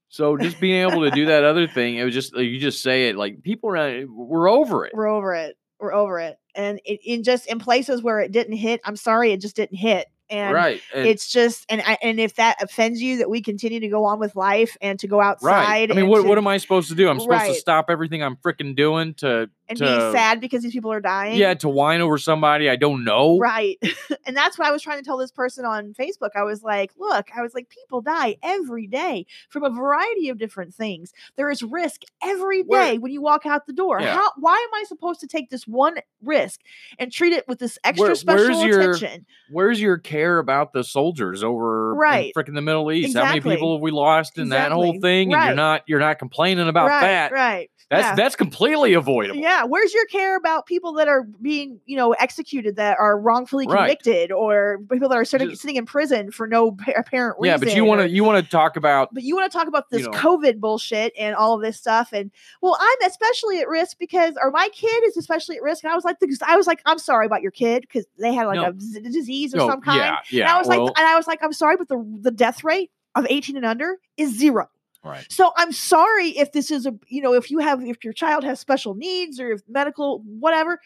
B: So just being able to do that other thing, it was just like, you just say it like people around eh, we're over it.
A: We're over it. We're over it. And it, in just in places where it didn't hit, I'm sorry, it just didn't hit. And
B: right. And-
A: it's just and I, and if that offends you that we continue to go on with life and to go outside
B: right. I mean,
A: and
B: what,
A: to,
B: what am I supposed to do? I'm supposed
A: Right.
B: to stop everything I'm freaking doing to
A: and be
B: to-
A: sad because these people are dying.
B: yeah, to whine over somebody I don't know.
A: Right. (laughs) and that's what I was trying to tell this person on Facebook. I was like, look, I was like, people die every day from a variety of different things. There is risk every day
B: Where-
A: when you walk out the door.
B: Yeah.
A: How why am I supposed to take this one risk and treat it with this extra
B: Where- where's
A: special
B: your-
A: attention?
B: where's your care about the soldiers over
A: Right.
B: right freaking the middle east how
A: Exactly.
B: many people have we lost in that whole
A: Exactly.
B: thing and
A: Right.
B: you're not you're not complaining about
A: right,
B: that
A: Right.
B: that's
A: yeah.
B: that's completely avoidable
A: Yeah, where's your care about people that are being, you know, executed that are wrongfully
B: Right.
A: convicted or people that are sitting,
B: Just-
A: sitting in prison for no pa- apparent reason?
B: yeah but you want
A: or-
B: to you want to talk about
A: but you want to talk about
B: you
A: this
B: know.
A: COVID bullshit and all of this stuff. And well, I'm especially at risk because, or my kid is especially at risk. And I was like, because I was like, I'm sorry about your kid because they had like
B: No.
A: a z- disease of
B: oh,
A: some kind.
B: yeah yeah
A: and I was
B: well,
A: like, and I was like, I'm sorry, but the the death rate of 18 and under is zero.
B: right
A: So I'm sorry if this is a you know if you have if your child has special needs or if medical whatever.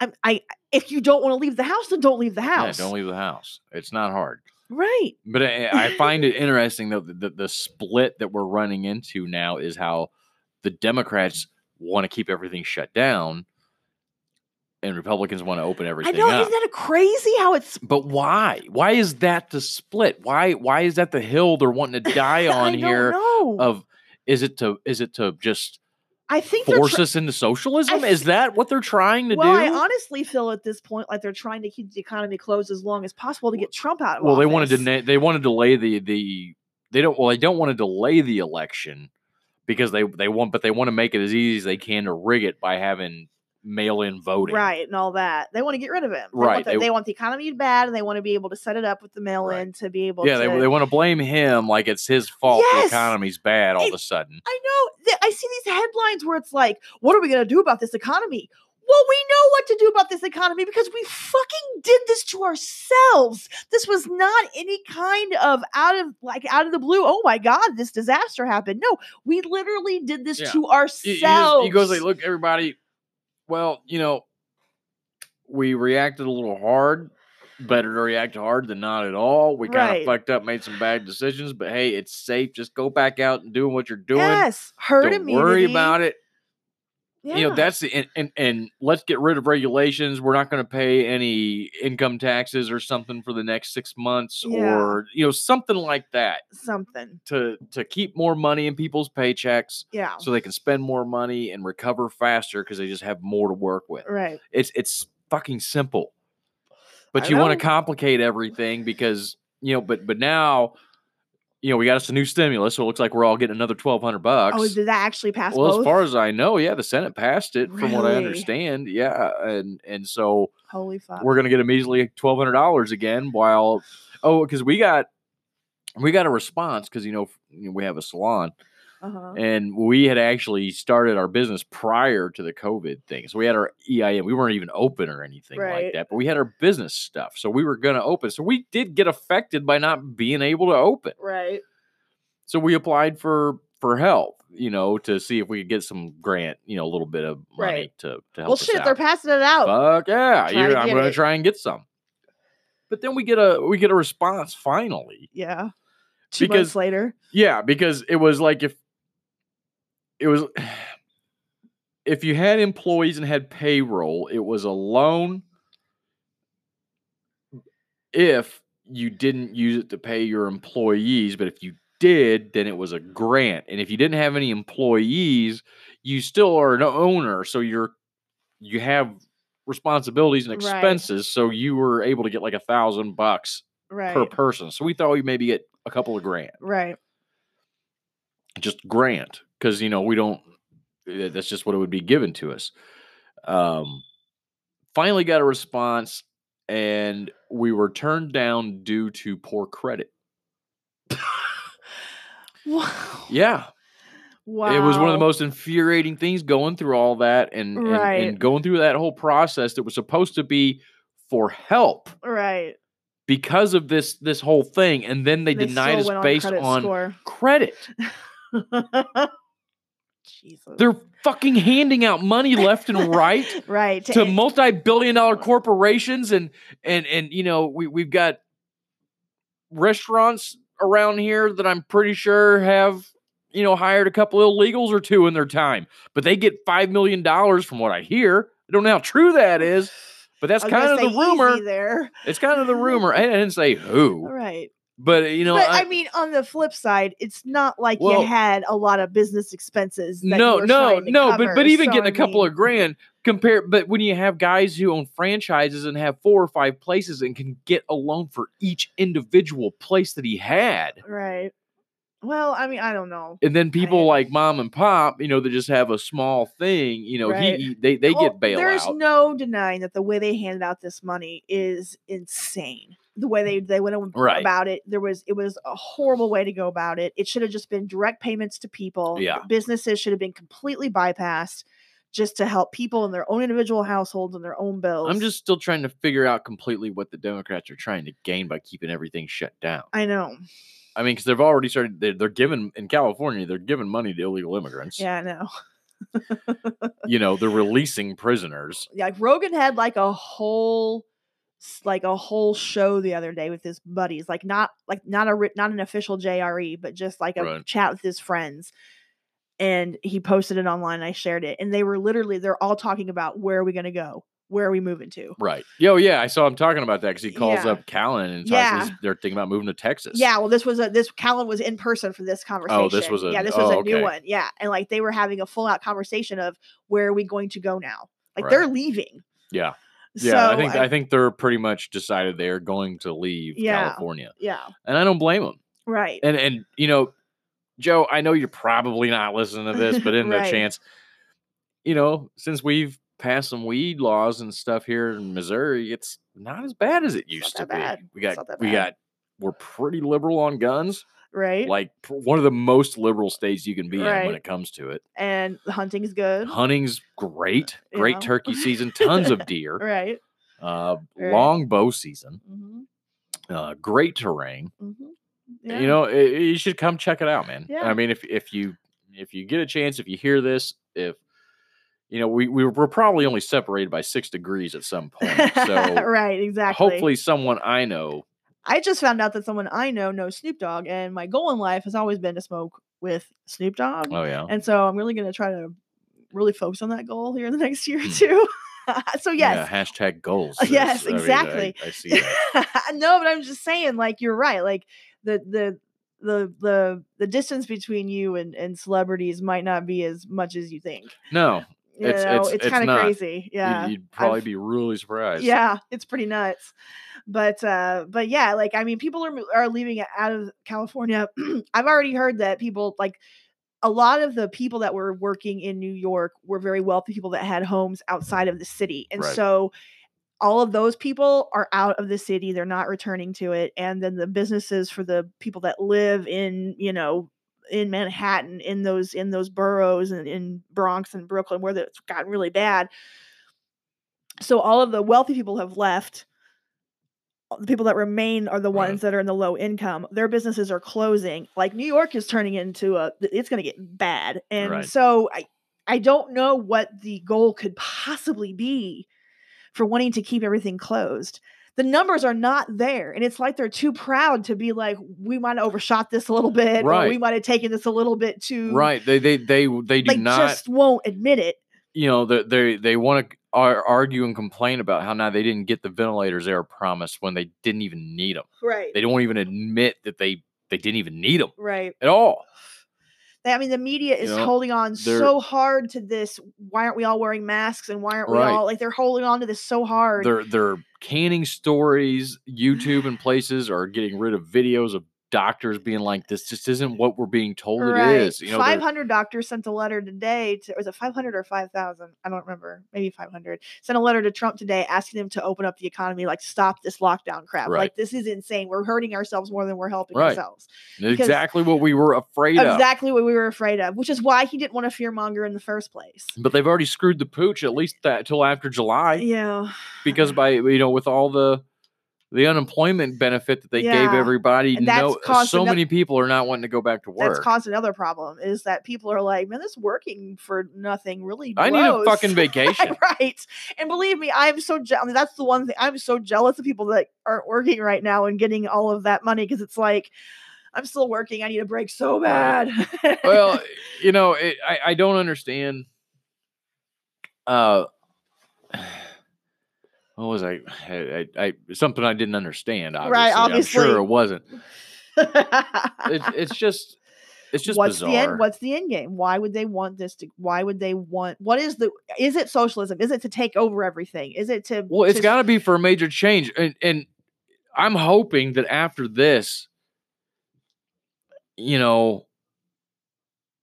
A: I'm I if you don't want to leave the house, then don't leave the
B: yeah,
A: house.
B: don't leave the house it's not hard
A: Right.
B: but i,
A: (laughs)
B: I find it interesting though that the, the split that we're running into now is how the democrats want to keep everything shut down and republicans want to open everything
A: I know.
B: up
A: Isn't that a crazy how it's
B: But why? Why is that the split? Why why is that the hill they're
A: (laughs)
B: wanting to die
A: I
B: on
A: don't
B: here uh,
A: know.
B: of is it to is it to just
A: I think they're
B: force
A: tr-
B: us into socialism?
A: I
B: is
A: thi-
B: that what they're trying to
A: well,
B: do?
A: I honestly feel at this point like they're trying to keep the economy closed as long as possible to get Trump out. Of
B: well, they wanted to
A: office.
B: na- they want to delay the the they don't well, they don't want to delay the election because they they want but they want to make it as easy as they can to rig it by having mail-in voting.
A: right and all that. They want to get rid of him. They Want
B: Right,
A: the,
B: they-
A: they want the economy bad, and they want to be able to set it up with the mail in to be able.
B: Yeah,
A: to,
B: they, they want to blame him like it's his fault
A: Yes!
B: the economy's bad all
A: It-
B: of a sudden.
A: I know. Th- I see these headlines where it's like, "What are we going to do about this economy?" Well, we know what to do about this economy because we fucking did this to ourselves. This was not any kind of out of like out of the blue. Oh my god, this disaster happened. No, we literally did this
B: Yeah.
A: to
B: he- he,
A: ourselves.
B: just- he goes like, "Look, everybody. Well, you know, we reacted a little hard. Better to react hard than not at all. We kind of
A: Right.
B: fucked up, made some bad decisions, but hey, it's safe. Just go back out and doing what you're doing.
A: Yes, herd
B: Don't worry about it.
A: Yeah.
B: You know, that's the and, and and let's get rid of regulations. We're not going to pay any income taxes or something for the next six months,
A: Yeah.
B: or you know, something like that
A: something.
B: to to keep more money in people's paychecks
A: Yeah.
B: so they can spend more money and recover faster because they just have more to work with.
A: Right.
B: It's it's fucking simple.
A: I
B: But you want
A: know.
B: to complicate everything because you know, but but now, you know, we got us a new stimulus, so it looks like we're all getting another twelve hundred bucks.
A: Oh, did that actually pass
B: well, as
A: both?
B: far as I know, yeah, the Senate passed it from what I
A: Really? Uh
B: understand. Yeah, and and so
A: Holy fuck.
B: we're gonna get a measly twelve hundred dollars again. While oh, because we got we got a response because you know f- you know, we have a salon,
A: Uh-huh.
B: and we had actually started our business prior to the COVID thing. So we had our EIN. We weren't even open or anything
A: Right.
B: like that, but we had our business stuff. So we were going to open. So we did get affected by not being able to open.
A: Right.
B: So we applied for for help, you know, to see if we could get some grant, you know, a little bit of money
A: Right.
B: to, to help.
A: Well,
B: us
A: shit,
B: out.
A: they're passing it out.
B: Fuck yeah!
A: Try to
B: you're- I'm
A: get
B: going
A: it.
B: to try and get some. But then we get a we get a response finally.
A: yeah. Two months
B: Because-
A: later.
B: Yeah, because it was like if it was (sighs) if you had employees and had payroll, it was a loan if you didn't use it to pay your employees, but if you did, then it was a grant. And if you didn't have any employees, you still are an owner, so you're you have responsibilities and
A: Right.
B: expenses. So you were able to get like a thousand bucks
A: Right.
B: per person. So we thought we maybe get a couple of grand,
A: Right.
B: just grant, because you know we don't. uh, That's just what it would be given to us. Um, finally got a response, and we were turned down due to poor credit.
A: Wow. (laughs)
B: Yeah,
A: Wow.
B: it was one of the most infuriating things going through all that and, and,
A: Right.
B: and going through that whole process that was supposed to be for help
A: Right.
B: because of this this whole thing and then they,
A: They still
B: denied us
A: went
B: based
A: credit
B: on
A: score. (laughs)
B: credit
A: Jesus.
B: they're fucking handing out money left and right
A: (laughs) right
B: to multi-billion dollar corporations and and and you know we, we've got restaurants around here that i'm pretty sure have you know hired a couple illegals or two in their time but they get five million dollars from what i hear i don't know how true that is but that's
A: I was
B: kind
A: gonna
B: of the
A: say
B: rumor
A: easy there.
B: it's kind of the rumor i I didn't say
A: (laughs)
B: who
A: Right.
B: but you know
A: but
B: I-
A: I, mean, on the flip side, it's not like
B: Well-
A: you had a lot of business expenses. That
B: no,
A: you were
B: no,
A: trying to
B: no. but
A: cover,
B: but even
A: so,
B: getting
A: I
B: a couple
A: mean,
B: of grand compared, but when you have guys who own franchises and have four or five places and can get a loan for each individual place that he had,
A: right. Well, I mean, I don't know.
B: and then people
A: Right.
B: like mom and pop, you know, that just have a small thing, you know,
A: Right.
B: he, he- they they
A: Well,
B: get bailed
A: There's
B: out.
A: no denying that the way they handed out this money is insane. The way they they went ab-
B: Right.
A: about it, there was it was a horrible way to go about it. It should have just been direct payments to people.
B: Yeah.
A: businesses should have been completely bypassed, just to help people in their own individual households and their own bills.
B: I'm just still trying to figure out completely what the Democrats are trying to gain by keeping everything shut down.
A: I know.
B: I mean, because they've already started. They're, they're giving in California. They're giving money to illegal immigrants.
A: Yeah, I know.
B: You know, they're releasing prisoners.
A: like Rogan had like a whole s- like a whole show the other day with his buddies like not like not a ri- not an official JRE but just like a
B: Right.
A: chat with his friends and he posted it online and I shared it and they were literally they're all talking about where are we going to go where are we moving to
B: Right. Yo, yeah, I saw him talking about that because he calls
A: Yeah.
B: up Callan and talks,
A: Yeah.
B: he's- they're thinking about moving to Texas.
A: yeah well this was a this Callan was in person for this conversation
B: Oh, was
A: yeah
B: a-
A: this was
B: oh,
A: a new
B: okay.
A: one yeah and like they were having a full out conversation of where are we going to go now like they're leaving
B: Yeah.
A: so
B: Yeah. I think I, think they're pretty much decided they're going to leave
A: Yeah.
B: California,
A: yeah
B: and I don't blame them.
A: right
B: And and you know, Joe, I know you're probably not listening to this,
A: (laughs)
B: but in the
A: Right.
B: chance, you know, since we've passed some weed laws and stuff here in Missouri, it's not as bad as it used to
A: not
B: be.
A: that bad.
B: We
A: It's
B: got
A: not that
B: we
A: bad.
B: got we're pretty liberal on guns,
A: right
B: like pr- one of the most liberal states you can be in
A: Right.
B: when it comes to it.
A: and the hunting's good.
B: Hunting's great.
A: You
B: Great
A: know?
B: turkey season.
A: (laughs)
B: Tons of deer.
A: Right.
B: Uh,
A: (laughs) Right.
B: long bow season.
A: Mm-hmm.
B: Uh, great terrain.
A: Mm-hmm. Yeah.
B: You know, i- i- you should come check it out, man.
A: Yeah.
B: I mean, if if you if you get a chance, if you hear this, if you know, we, we were probably only separated by six degrees
A: (laughs)
B: at some point. So
A: right, exactly.
B: hopefully, someone I know.
A: I just found out that someone I know knows Snoop Dogg, and my goal in life has always been to smoke with Snoop Dogg,
B: Oh yeah.
A: and so I'm really going to try to really focus on that goal here in the next year or
B: Mm.
A: two. (laughs) so
B: Yeah,
A: yes.
B: hashtag goals.
A: (laughs) Yes,
B: That's- I mean, I-
A: exactly.
B: I, see
A: (laughs)
B: that.
A: no, but I'm just saying, like you're right. Like the the the the the distance between you and and celebrities might not be as much as you think.
B: No,
A: You
B: It's-
A: know,
B: it's-
A: it's,
B: it's
A: kind of
B: not.
A: crazy. (laughs) Yeah.
B: you'd, you'd probably be really surprised.
A: Yeah, it's pretty nuts. But uh but yeah, like I mean people are mo- are leaving it out of California. (clears throat) I've already heard that people like a lot of the people that were working in New York were very wealthy people that had homes outside of the city. And
B: Right.
A: so all of those people are out of the city. They're not returning to it. And then the businesses for the people that live in, you know, in Manhattan, in those in those boroughs and in Bronx and Brooklyn where it's gotten really bad. So all of the wealthy people have left. The people that remain are the
B: Right.
A: ones that are in the low income. Their businesses are closing. Like New York is turning into a it's going to get bad. And
B: Right.
A: so I I don't know what the goal could possibly be for wanting to keep everything closed. The numbers are not there. And it's like they're too proud to be like, we might have overshot this a little bit, or we
B: Right.
A: might have taken this a little bit too
B: Right. They they they they do
A: Like
B: not
A: just won't admit it.
B: you know, they they, they want to argue and complain about how now they didn't get the ventilators they were promised when they didn't even need them.
A: Right.
B: They don't even admit that they they didn't even need them
A: right.
B: at all.
A: I mean, the media
B: You
A: is
B: know,
A: holding on
B: they're-
A: so hard to this. Why aren't we all wearing masks? And why aren't we
B: Right.
A: all like they're holding on to this so hard?
B: They're they're canning stories. YouTube and places are getting rid of videos of doctors being like, "This just isn't what we're being told
A: Right.
B: it is." You know, they're-
A: 500 doctors sent a letter today to, was it 500 or 5,000? I don't remember. Maybe 500. Sent a letter to Trump today asking him to open up the economy, like stop this lockdown crap.
B: Right.
A: Like, this is insane. We're hurting ourselves more than we're helping
B: Right.
A: ourselves. because-
B: exactly what we were afraid of.
A: Exactly what we were afraid of, which is why he didn't want to fearmonger in the first place.
B: But they've already screwed the pooch at least that till after July.
A: Yeah.
B: because by you know with all the the unemployment benefit that they gave
A: Yeah.
B: everybody
A: And that's
B: no
A: caused
B: so
A: ano-
B: many people are not wanting to go back to
A: That's
B: work
A: caused another problem is that people are like, man, this working for nothing really.
B: i need a
A: blows." (laughs)
B: fucking vacation
A: right. And believe me, I'm so jealous. that's the one thing I'm so jealous of people that aren't working right now and getting all of that money because it's like, I'm still working. I need a break so bad.
B: well
A: (laughs)
B: you know it, I, I don't understand uh what was I, I, I, I something i didn't understand obviously,
A: Right,
B: i'm
A: obviously.
B: sure it wasn't
A: (laughs)
B: it's, it's just it's just
A: what's
B: bizarre
A: the end? What's the end game? Why would they want this to? Why would they want? What is the? Is it socialism? Is it to take over everything? Is it to?
B: Well, it's
A: to-
B: got to be for a major change, and and I'm hoping that after this, you know,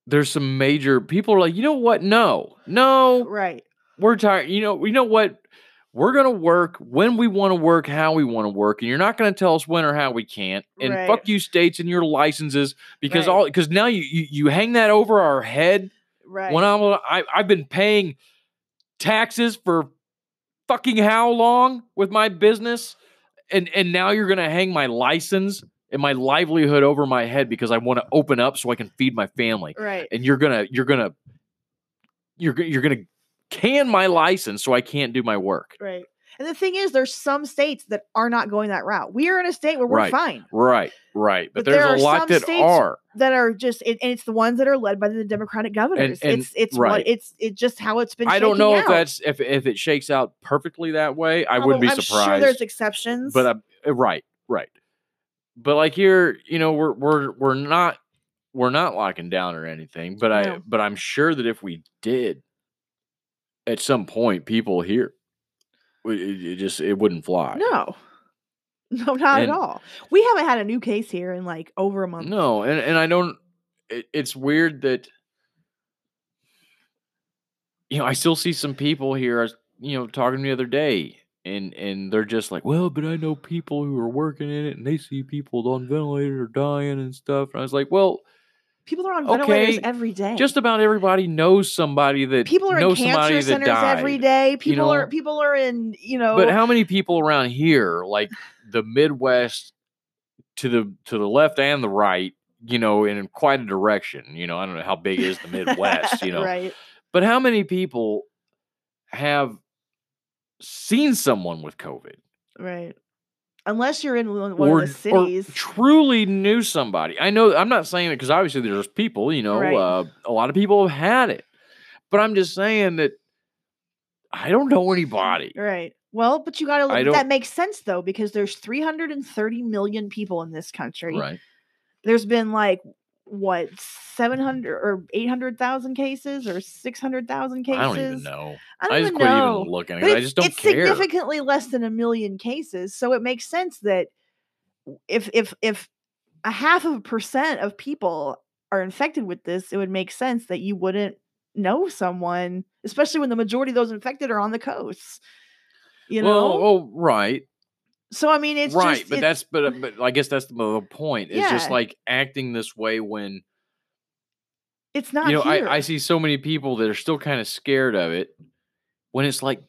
B: there's some major people are like, you know what? No, no,
A: right.
B: we're tired. You know, you know what? We're gonna work when we want to work, how we want to work, and you're not gonna tell us when or how we can't. And
A: Right.
B: fuck you, states and your licenses, because
A: Right.
B: all because now you, you you hang that over our head
A: Right.
B: when I'm I, I've been paying taxes for fucking how long with my business, and and now you're gonna hang my license and my livelihood over my head because I want to open up so I can feed my family,
A: right.
B: and you're gonna you're gonna you're go- you're gonna can my license so I can't do my work.
A: Right. And the thing is, there's some states that are not going that route. We are in a state where we're
B: Right.
A: fine.
B: Right, right, but,
A: But
B: there's
A: there are
B: a lot
A: some
B: that
A: states-
B: are
A: that are just it, and it's the ones that are led by the democratic governors
B: and-
A: it's it's
B: right.
A: what it's it's just how it's been
B: I don't
A: shaking
B: know if
A: out.
B: that's if if it shakes out perfectly that way. I
A: Although
B: wouldn't be
A: I'm
B: surprised.
A: sure there's exceptions
B: but I'm, uh, right, right. But like here, you know, we're we're we're not we're not locking down or anything. But I
A: No.
B: but I'm sure that if we did, at some point, people here, w- it, it just it wouldn't fly.
A: no (laughs) no not
B: And-
A: at all we haven't had a new case here in like over a month
B: no, and and I don't. It, it's weird that you know I still see some people here. I was, You know, talking to me the other day. And and they're just like, well, but I know people who are working in it, and they see people on ventilators or dying and stuff. And I was like, well,
A: people are on
B: Okay,
A: ventilators every day
B: just about everybody knows somebody that
A: Eh. people are in
B: knows somebody
A: cancer
B: that
A: centers
B: died.
A: every day people
B: know?
A: are people are in you know
B: But how many people around here, like the Midwest, to the to the left and the right, you know, in quite a direction. You know, I don't know how
A: (laughs)
B: big is the Midwest, you know,
A: right
B: but how many people have seen someone with COVID
A: right unless you're in one one
B: or,
A: of the
B: or
A: cities
B: truly knew somebody? I know I'm not saying it because obviously there's people, you know,
A: Right.
B: uh, a lot of people have had it, but I'm just saying that. I don't know anybody.
A: Right. Well, but you got to
B: I
A: look.
B: don't-
A: That makes sense though, because there's 330 million people in this country.
B: Right.
A: There's been like what
B: Mm-hmm.
A: 700 or 800,000 cases or 600,000 cases.
B: I don't even know.
A: I
B: I,
A: don't
B: just
A: even
B: quit
A: know.
B: even looking.
A: But
B: 'cause I
A: it's-
B: just don't
A: it's
B: care.
A: significantly less than a million cases, so it makes sense that if if if a half of a percent of people are infected with this, it would make sense that you wouldn't know someone, especially when the majority of those infected are on the coast. You know,
B: well, oh, right,
A: So I mean, it's
B: right.
A: Just,
B: but
A: it-
B: that's but uh, but I guess that's the mo- point. It's just
A: Yeah.
B: like acting this way when
A: it's not
B: you know
A: here.
B: I, I see so many people that are still kind of scared of it. When it's like,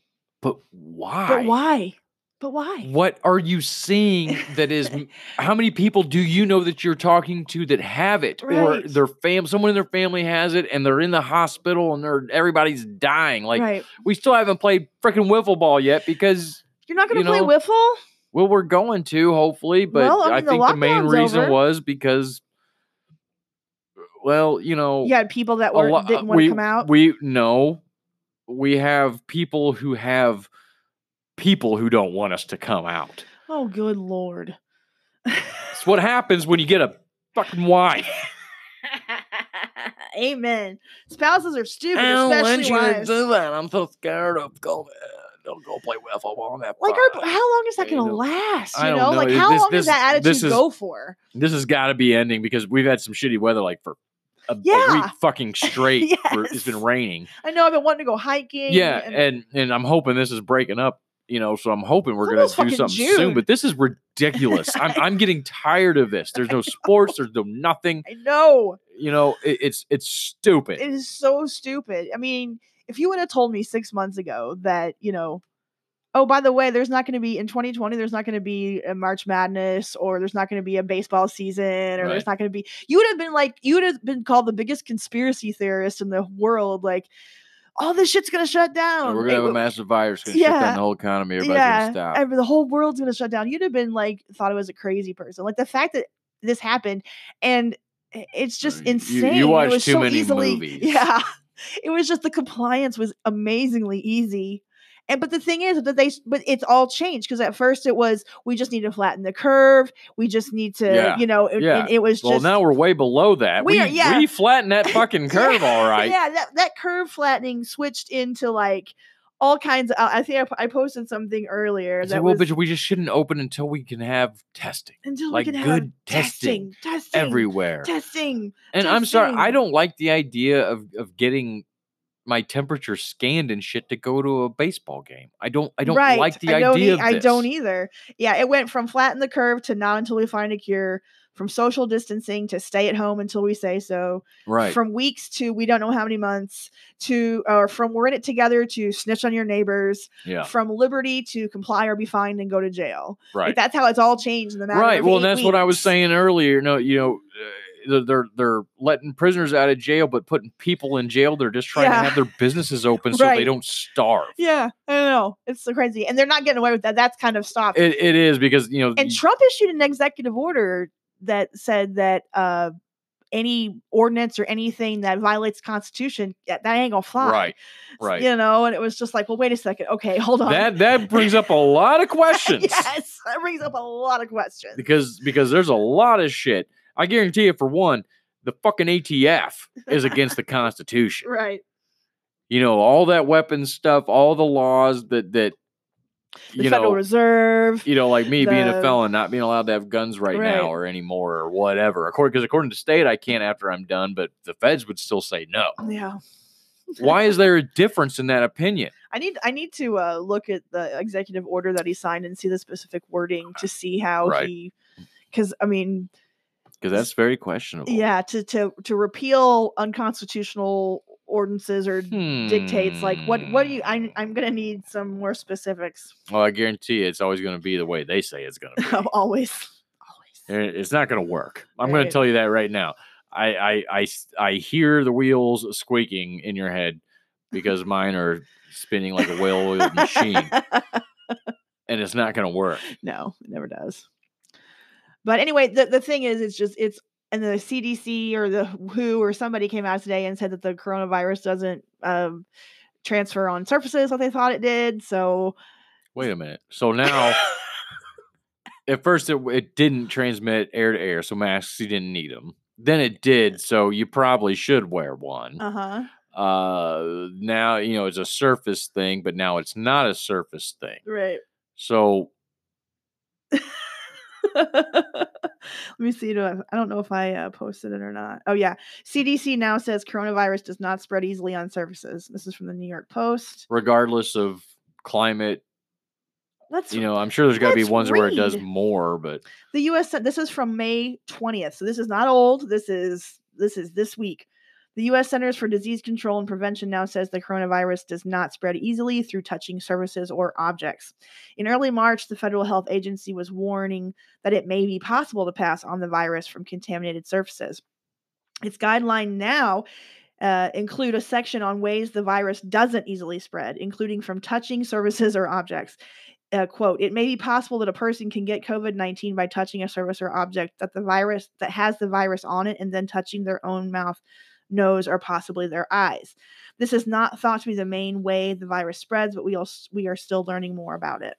B: but why?
A: but why? But why?
B: What are you seeing that is?
A: (laughs)
B: m- how many people do you know that you're talking to that have it, or
A: Right.
B: their fam? Someone in their family has it, and they're in the hospital, and they're everybody's dying. Like
A: right?
B: we still haven't played freaking wiffle ball yet because
A: You're not going
B: you
A: to play
B: know,
A: wiffle,
B: Well, we're going to hopefully, but
A: Well, I
B: I,
A: mean, the
B: think the main
A: lockdown's
B: reason
A: over.
B: was because, well, you know,
A: you had people that
B: Oh. a
A: were
B: lo-
A: didn't
B: uh,
A: want to
B: we
A: come out.
B: we no, we have people who have people who don't want us to come out.
A: Oh, good lord.
B: It's what happens when you get a fucking wife.
A: (laughs) Amen. Spouses are stupid, (laughs) especially wives.
B: that. I'm so scared of COVID. Don't go play with them.
A: Like, our, how long is that
B: You
A: going to
B: know,
A: last? You
B: I
A: know,
B: don't know.
A: like
B: It-
A: how
B: this-
A: long does
B: this-
A: that attitude
B: this is-
A: go for?
B: this has got to be ending because we've had some shitty weather like for a, a
A: Yeah.
B: week
A: (laughs)
B: fucking straight. for- it's
A: Yes.
B: been raining.
A: I know I've been wanting to go hiking.
B: Yeah,
A: and-
B: and and I'm hoping this is breaking up. You know, so I'm hoping we're
A: It's
B: gonna
A: almost
B: do
A: fucking
B: something
A: June.
B: soon. But this is ridiculous.
A: (laughs)
B: I'm I'm getting tired of this. There's no sports. There's no nothing.
A: I know
B: You know, it, it's it's stupid.
A: it is so stupid. I mean, if you would have told me six months ago that you know, oh by the way, there's not going to be in 2020, there's not going to be a March Madness, or there's not going to be a baseball season, or there's
B: Right.
A: not going to be, you would have been like, you would have been called the biggest conspiracy theorist in the world, like. All this shit's gonna shut down.
B: we're
A: It
B: gonna have a
A: would-
B: massive virus. Gonna shut
A: Yeah.
B: down the whole economy. Everybody's gonna stop.
A: every- the whole world's gonna shut down. You'd have been like thought I was a crazy person. Like the fact that this happened, and i- it's just
B: Uh, You- you
A: insane.
B: watch
A: it was
B: too
A: so
B: many
A: easily, (laughs)
B: movies.
A: Yeah, it was just the compliance was amazingly easy. And but the thing is that they, s- but it's all changed because at first it was we just need to flatten the curve. We just need to,
B: Yeah,
A: you know, it,
B: yeah.
A: and it was
B: well,
A: just.
B: now we're way below that.
A: We
B: We
A: are- yeah.
B: we flattened that
A: (laughs)
B: fucking curve. All right.
A: Yeah, that, that curve flattening switched into like all kinds of. I think I, po- I posted something earlier
B: It's
A: that
B: like, well,
A: was
B: but we just shouldn't open until we can have testing
A: until
B: like
A: we can have
B: good
A: testing,
B: testing
A: testing,
B: everywhere.
A: testing.
B: and I'm sorry, I
A: testing.
B: don't like the idea of of getting my temperature scanned and shit to go to a baseball game. I don't I don't
A: right.
B: like the
A: I don't e-
B: idea of this.
A: I don't either. Yeah, it went from flatten the curve to not until we find a cure, from social distancing to stay at home until we say so,
B: Right.
A: from weeks to we don't know how many months, to or from we're in it together to snitch on your neighbors, (laughs)
B: yeah.
A: from liberty to comply or be fined and go to jail. Like
B: Right.
A: that's how it's all changed in the matter
B: Right.
A: of
B: Well,
A: eight
B: and that's what I was
A: weeks.
B: saying earlier. No, you know, uh, they're- they're they're letting prisoners out of jail, but putting people in jail. They're just trying
A: Yeah.
B: to have their
A: (laughs)
B: businesses open so
A: Right.
B: they don't starve.
A: Yeah, I don't know. It's so crazy, and they're not getting away with that. That's kind of stopped.
B: It, it is because you know
A: and
B: y-
A: Trump issued an executive order that said that uh, any ordinance or anything that violates the Constitution that, that ain't gonna fly.
B: right, right.
A: You know, and it was just like, well, wait a second. Okay, hold on. (laughs)
B: That that brings up a lot of questions.
A: yes, that brings up a lot of questions.
B: because because there's a lot of shit. I guarantee you, for one, the fucking ATF is against
A: (laughs)
B: the Constitution.
A: Right.
B: You know, all that weapons stuff, all the laws that that
A: The
B: you
A: Federal
B: know,
A: Reserve.
B: you know, like me being
A: the-
B: a felon, not being allowed to have guns right,
A: Right.
B: now or anymore or whatever. According because according to state, I can't after I'm done, but the feds would still say no.
A: Yeah.
B: Why is there a difference in that opinion?
A: (laughs) I need I need to uh, look at the executive order that he signed and see the specific wording to see how
B: Right.
A: he because I mean
B: Because that's very questionable.
A: yeah to to to repeal unconstitutional ordinances or dictates like what what do you I,
B: Hmm.
A: i'm gonna need some more specifics (laughs)
B: Well, I guarantee you, it's always going to be the way they say it's going to be.
A: always always
B: It- It's not going to work. I'm going
A: Right.
B: to tell you that right now. I, I, I s- I hear the wheels squeaking in your head
A: (laughs)
B: because mine are spinning like a well oiled machine and it's not going to work.
A: no it never does but anyway the, the thing is it's just it's and the cdc or the who or somebody came out today and said that the coronavirus doesn't um transfer on surfaces like they thought it did so
B: Wait a minute. So now, at first, it, w- it didn't transmit air to air, so masks, you didn't need them. Then it did, so you probably should wear
A: (laughs)
B: one.
A: uh-huh
B: Uh, now, you know, it's a surface thing, but now it's not a surface thing.
A: right (laughs)
B: So
A: Let me see. Do I, I don't know if I uh, posted it or not. Oh yeah, CDC now says coronavirus does not spread easily on surfaces. This is from the New York Post.
B: regardless of climate,
A: Let's
B: you know, I'm sure there's got to be
A: let's
B: ones where it does
A: read.
B: more, but
A: the U.S. sent- This is from May 20th, so this is not old. This is this is this week. The U.S. Centers for Disease Control and Prevention now says the coronavirus does not spread easily through touching surfaces or objects. In early March, the Federal Health Agency was warning that it may be possible to pass on the virus from contaminated surfaces. Its guideline now uh, include a section on ways the virus doesn't easily spread, including from touching surfaces or objects uh, quote it may be possible that a person can get covid-19 by touching a surface or object that the virus that has the virus on it and then touching their own mouth nose, or possibly their eyes. This is not thought to be the main way the virus spreads, but we, also, we are still learning more about it.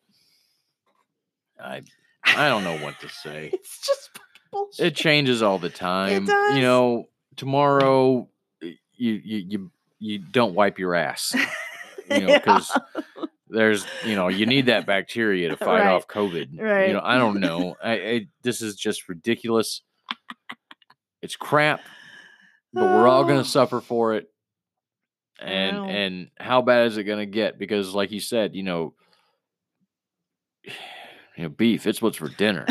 B: I I don't know what to say.
A: (laughs) it's just fucking bullshit.
B: It changes all the time.
A: does.
B: You know, tomorrow y- you you you you don't wipe your ass.
A: (laughs)
B: You know, because there's you know you need that bacteria to fight
A: Right.
B: off COVID.
A: Right.
B: You know, I don't know. I, I this is just ridiculous. It's crap, but we're all
A: Oh. (sighs)
B: gonna suffer for it.
A: I
B: And
A: know.
B: and how bad is it gonna get? Because like you said, you know, (sighs) you know, beef. It's what's for dinner,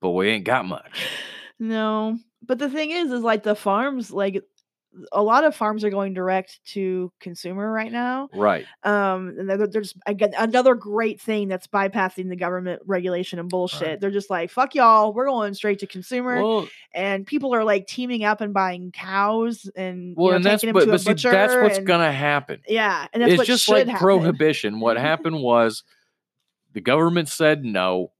B: but we ain't got much.
A: (laughs) no, but the thing is, is like the farms, like a lot of farms are going direct to consumer right now.
B: Right.
A: um and they're, they're just again another great thing that's bypassing the government regulation and bullshit they're just like fuck y'all we're going straight to consumer
B: Well,
A: and people are like teaming up and buying cows and
B: well,
A: you know,
B: and that's
A: taking
B: but,
A: them to
B: but
A: a
B: see,
A: butcher
B: that's what's
A: and-
B: gonna happen.
A: yeah and that's
B: it's
A: what
B: just
A: should
B: like
A: happen. (laughs)
B: prohibition. What happened was the government said no,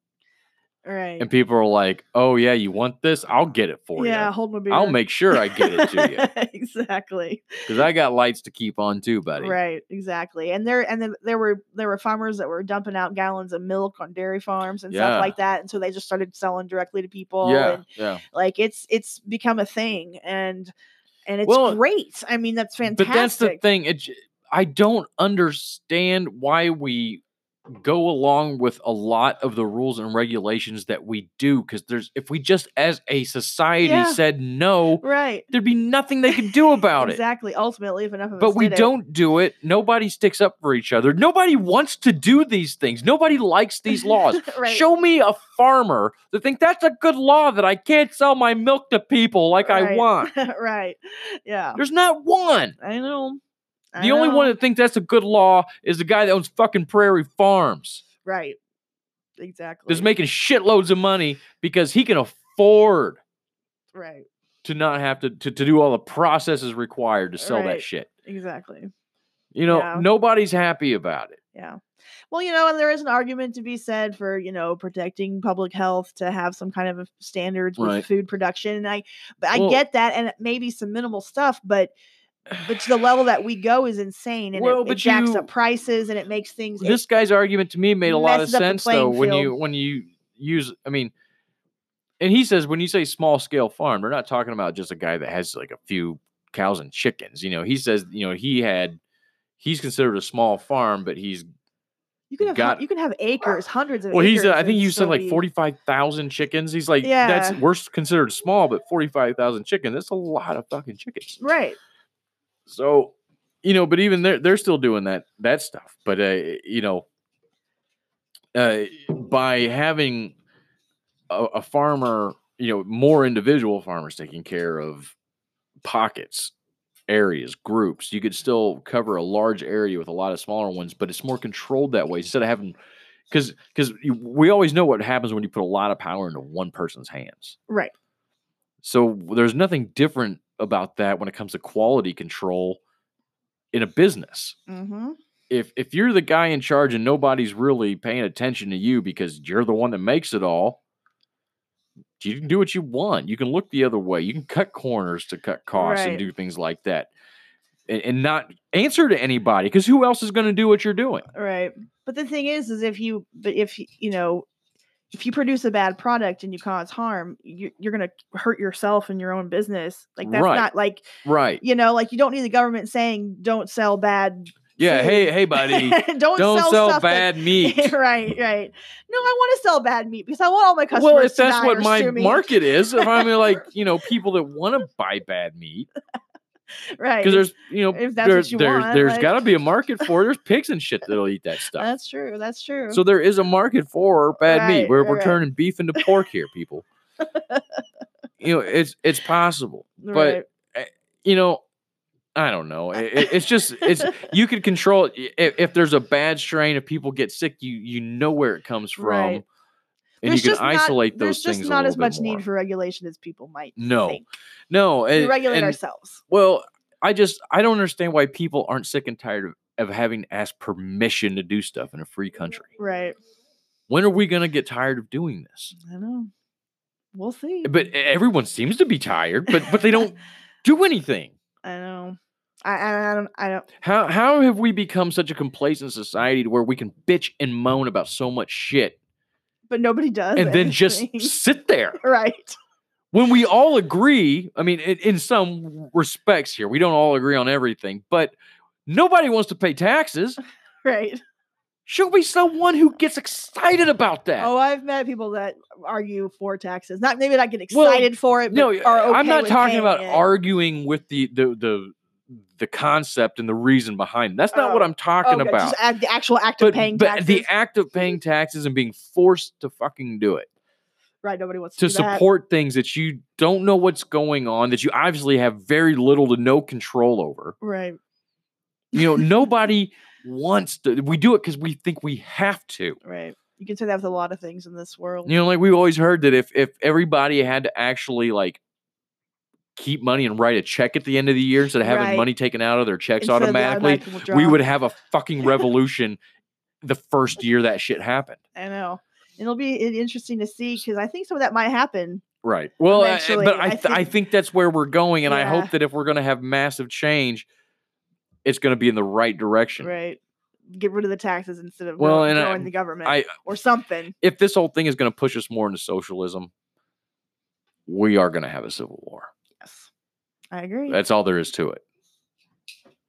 A: right
B: and people are like, "Oh yeah, you want this? I'll get it for
A: yeah hold my
B: you.
A: beer
B: I'll make sure I get it
A: (laughs)
B: to you
A: exactly
B: because I got lights to keep on too, buddy."
A: right exactly and there and then there were there were farmers that were dumping out gallons of milk on dairy farms and
B: Yeah.
A: stuff like that and so they just started selling directly to people
B: Yeah,
A: and
B: yeah.
A: like it's it's become a thing and and it's
B: Well,
A: great i mean that's fantastic
B: But that's the thing. It, j- I don't understand why we go along with a lot of the rules and regulations that we do because there's if we just as a society
A: Yeah.
B: said no
A: right
B: there'd be nothing they could
A: (laughs)
B: do about it
A: exactly ultimately if enough of us
B: but we
A: did it-
B: don't do it. Nobody sticks up for each other. Nobody wants to do these things. Nobody likes
A: (laughs)
B: these laws.
A: (laughs) right
B: Show me a farmer that think that's a good law that I can't sell my milk to people like I
A: Right. (laughs)
B: want.
A: right yeah
B: There's not one.
A: i know I
B: The only one
A: know.
B: that thinks that's a good law is the guy that owns fucking prairie farms.
A: right exactly
B: That's making shitloads of money because he can afford
A: right
B: to not have to, to, to do all the processes required to sell
A: Right.
B: that shit.
A: exactly
B: You know,
A: Yeah.
B: nobody's happy about it.
A: yeah well you know and there is an argument to be said for you know protecting public health to have some kind of a standards
B: Right.
A: with food production and i but i
B: Well-
A: get that and maybe some minimal stuff but but to the level that we go is insane and
B: Well,
A: it,
B: but
A: it jacks
B: you-
A: up prices and it makes things it-
B: this guy's argument to me made a lot of
A: messes up the
B: sense though
A: playing
B: when you
A: field.
B: when you use i mean and he says when you say small scale farm they're not talking about just a guy that has like a few cows and chickens you know he says you know he had he's considered a small farm but he's
A: you can have hun-
B: got-
A: you can have acres hundreds of
B: well he's
A: acres
B: uh, i think
A: and
B: you said
A: still
B: like
A: be-
B: 45,000 chickens he's like that's
A: Yeah.
B: we're s- considered small but 45,000 chickens that's a lot of fucking chickens
A: right
B: so you know but even they're they're still doing that that stuff but uh you know uh by having a, a farmer you know more individual farmers taking care of pockets areas groups you could still cover a large area with a lot of smaller ones but it's more controlled that way instead of having because because we always know what happens when you put a lot of power into one person's hands
A: right
B: so there's nothing different about that when it comes to quality control in a business.
A: mm-hmm.
B: If if you're the guy in charge and nobody's really paying attention to you because you're the one that makes it all, you can do what you want. You can look the other way. You can cut corners to cut costs and
A: Right.
B: do things like that. And, and not answer to anybody because who else is going to do what you're doing?
A: right but the thing is is if you but if y- you know if you produce a bad product and you cause harm you, you're going to hurt yourself and your own business like that's
B: Right.
A: not like
B: Right.
A: you know like you don't need the government saying don't sell bad
B: Yeah. Hey, hey,
A: (laughs)
B: buddy.
A: don't,
B: Don't
A: sell,
B: sell,
A: stuff (laughs) that-
B: bad meat.
A: right right no i want to sell bad meat because i want all my customers
B: well, if
A: to
B: that's
A: die
B: what
A: or
B: my
A: sue me.
B: market is, if I'm like,
A: (laughs)
B: you know, people that want to buy bad meat,
A: right
B: because there's, you know,
A: if that's
B: there,
A: what you
B: there,
A: want,
B: there's
A: like-
B: got to be a market for it. There's pigs and shit that'll eat
A: (laughs)
B: that stuff.
A: That's true. That's true.
B: So there is a market for bad meat.
A: Right,
B: We're,
A: right,
B: we're
A: right.
B: turning beef into pork here,
A: (laughs)
B: people. you know, it's it's possible, but
A: Right.
B: you know, I don't know. It, it- it's just it's you could control it. I- If, if there's a bad strain, if people get sick, you you know where it comes from,
A: Right.
B: and
A: There's
B: you
A: just
B: can
A: not-
B: isolate
A: there's
B: those
A: just
B: things. a
A: not
B: little
A: as
B: bit
A: much
B: more.
A: need for regulation as people might
B: No.
A: think.
B: No,
A: We
B: and,
A: regulate
B: and
A: ourselves.
B: well, I just I don't understand why people aren't sick and tired of, of having to ask permission to do stuff in a free country.
A: Right.
B: When are we going to get tired of doing this?
A: I know. we'll see.
B: But e, everyone seems to be tired, but but they don't do anything.
A: I know. I, I I don't I don't
B: How how have we become such a complacent society to where we can bitch and moan about so much shit
A: but nobody does
B: and then just
A: anything. (laughs)
B: sit there?
A: right.
B: when we all agree, I mean, in, in some respects here, we don't all agree on everything, but nobody wants to pay taxes.
A: Right.
B: Should be someone who gets excited about that.
A: Oh, I've met people that argue for taxes. Not maybe not get
B: Well,
A: excited for it, but
B: no,
A: are okay
B: I'm not
A: with
B: talking
A: paying
B: about
A: it.
B: arguing with the the the the concept and the reason behind. it. That's not what
A: Oh,
B: I'm talking
A: Okay,
B: about.
A: Just add the actual act
B: But,
A: of paying
B: but
A: taxes.
B: the act of paying taxes and being forced to fucking do it
A: right, nobody wants to,
B: to
A: do that.
B: support things that you don't know what's going on that you obviously have very little to no control over.
A: Right.
B: You
A: (laughs)
B: know, nobody wants to. We do it because we think we have to.
A: Right. You can say that with a lot of things in this world.
B: You know, like we've always heard that if if everybody had to actually like keep money and write a check at the end of the year instead of having
A: Right.
B: money taken out of their checks
A: Instead of the
B: automatically,
A: automatic
B: we
A: withdrawal.
B: would have a
A: (laughs)
B: fucking revolution the first year that shit happened.
A: I know. It'll be in- interesting to see because I think some of that might happen.
B: Right. Well, I-
A: Eventually,
B: but I
A: I
B: th- I
A: think-
B: think that's where we're going, and I
A: Yeah.
B: hope that if we're going to have massive change, it's going to be in the right direction.
A: Right. Get rid of the taxes instead of
B: Well,
A: well,
B: and I-
A: going the government
B: I-
A: or something.
B: if this whole thing is going to push us more into socialism, we are going to have a civil war.
A: Yes. I agree.
B: That's all there is to it.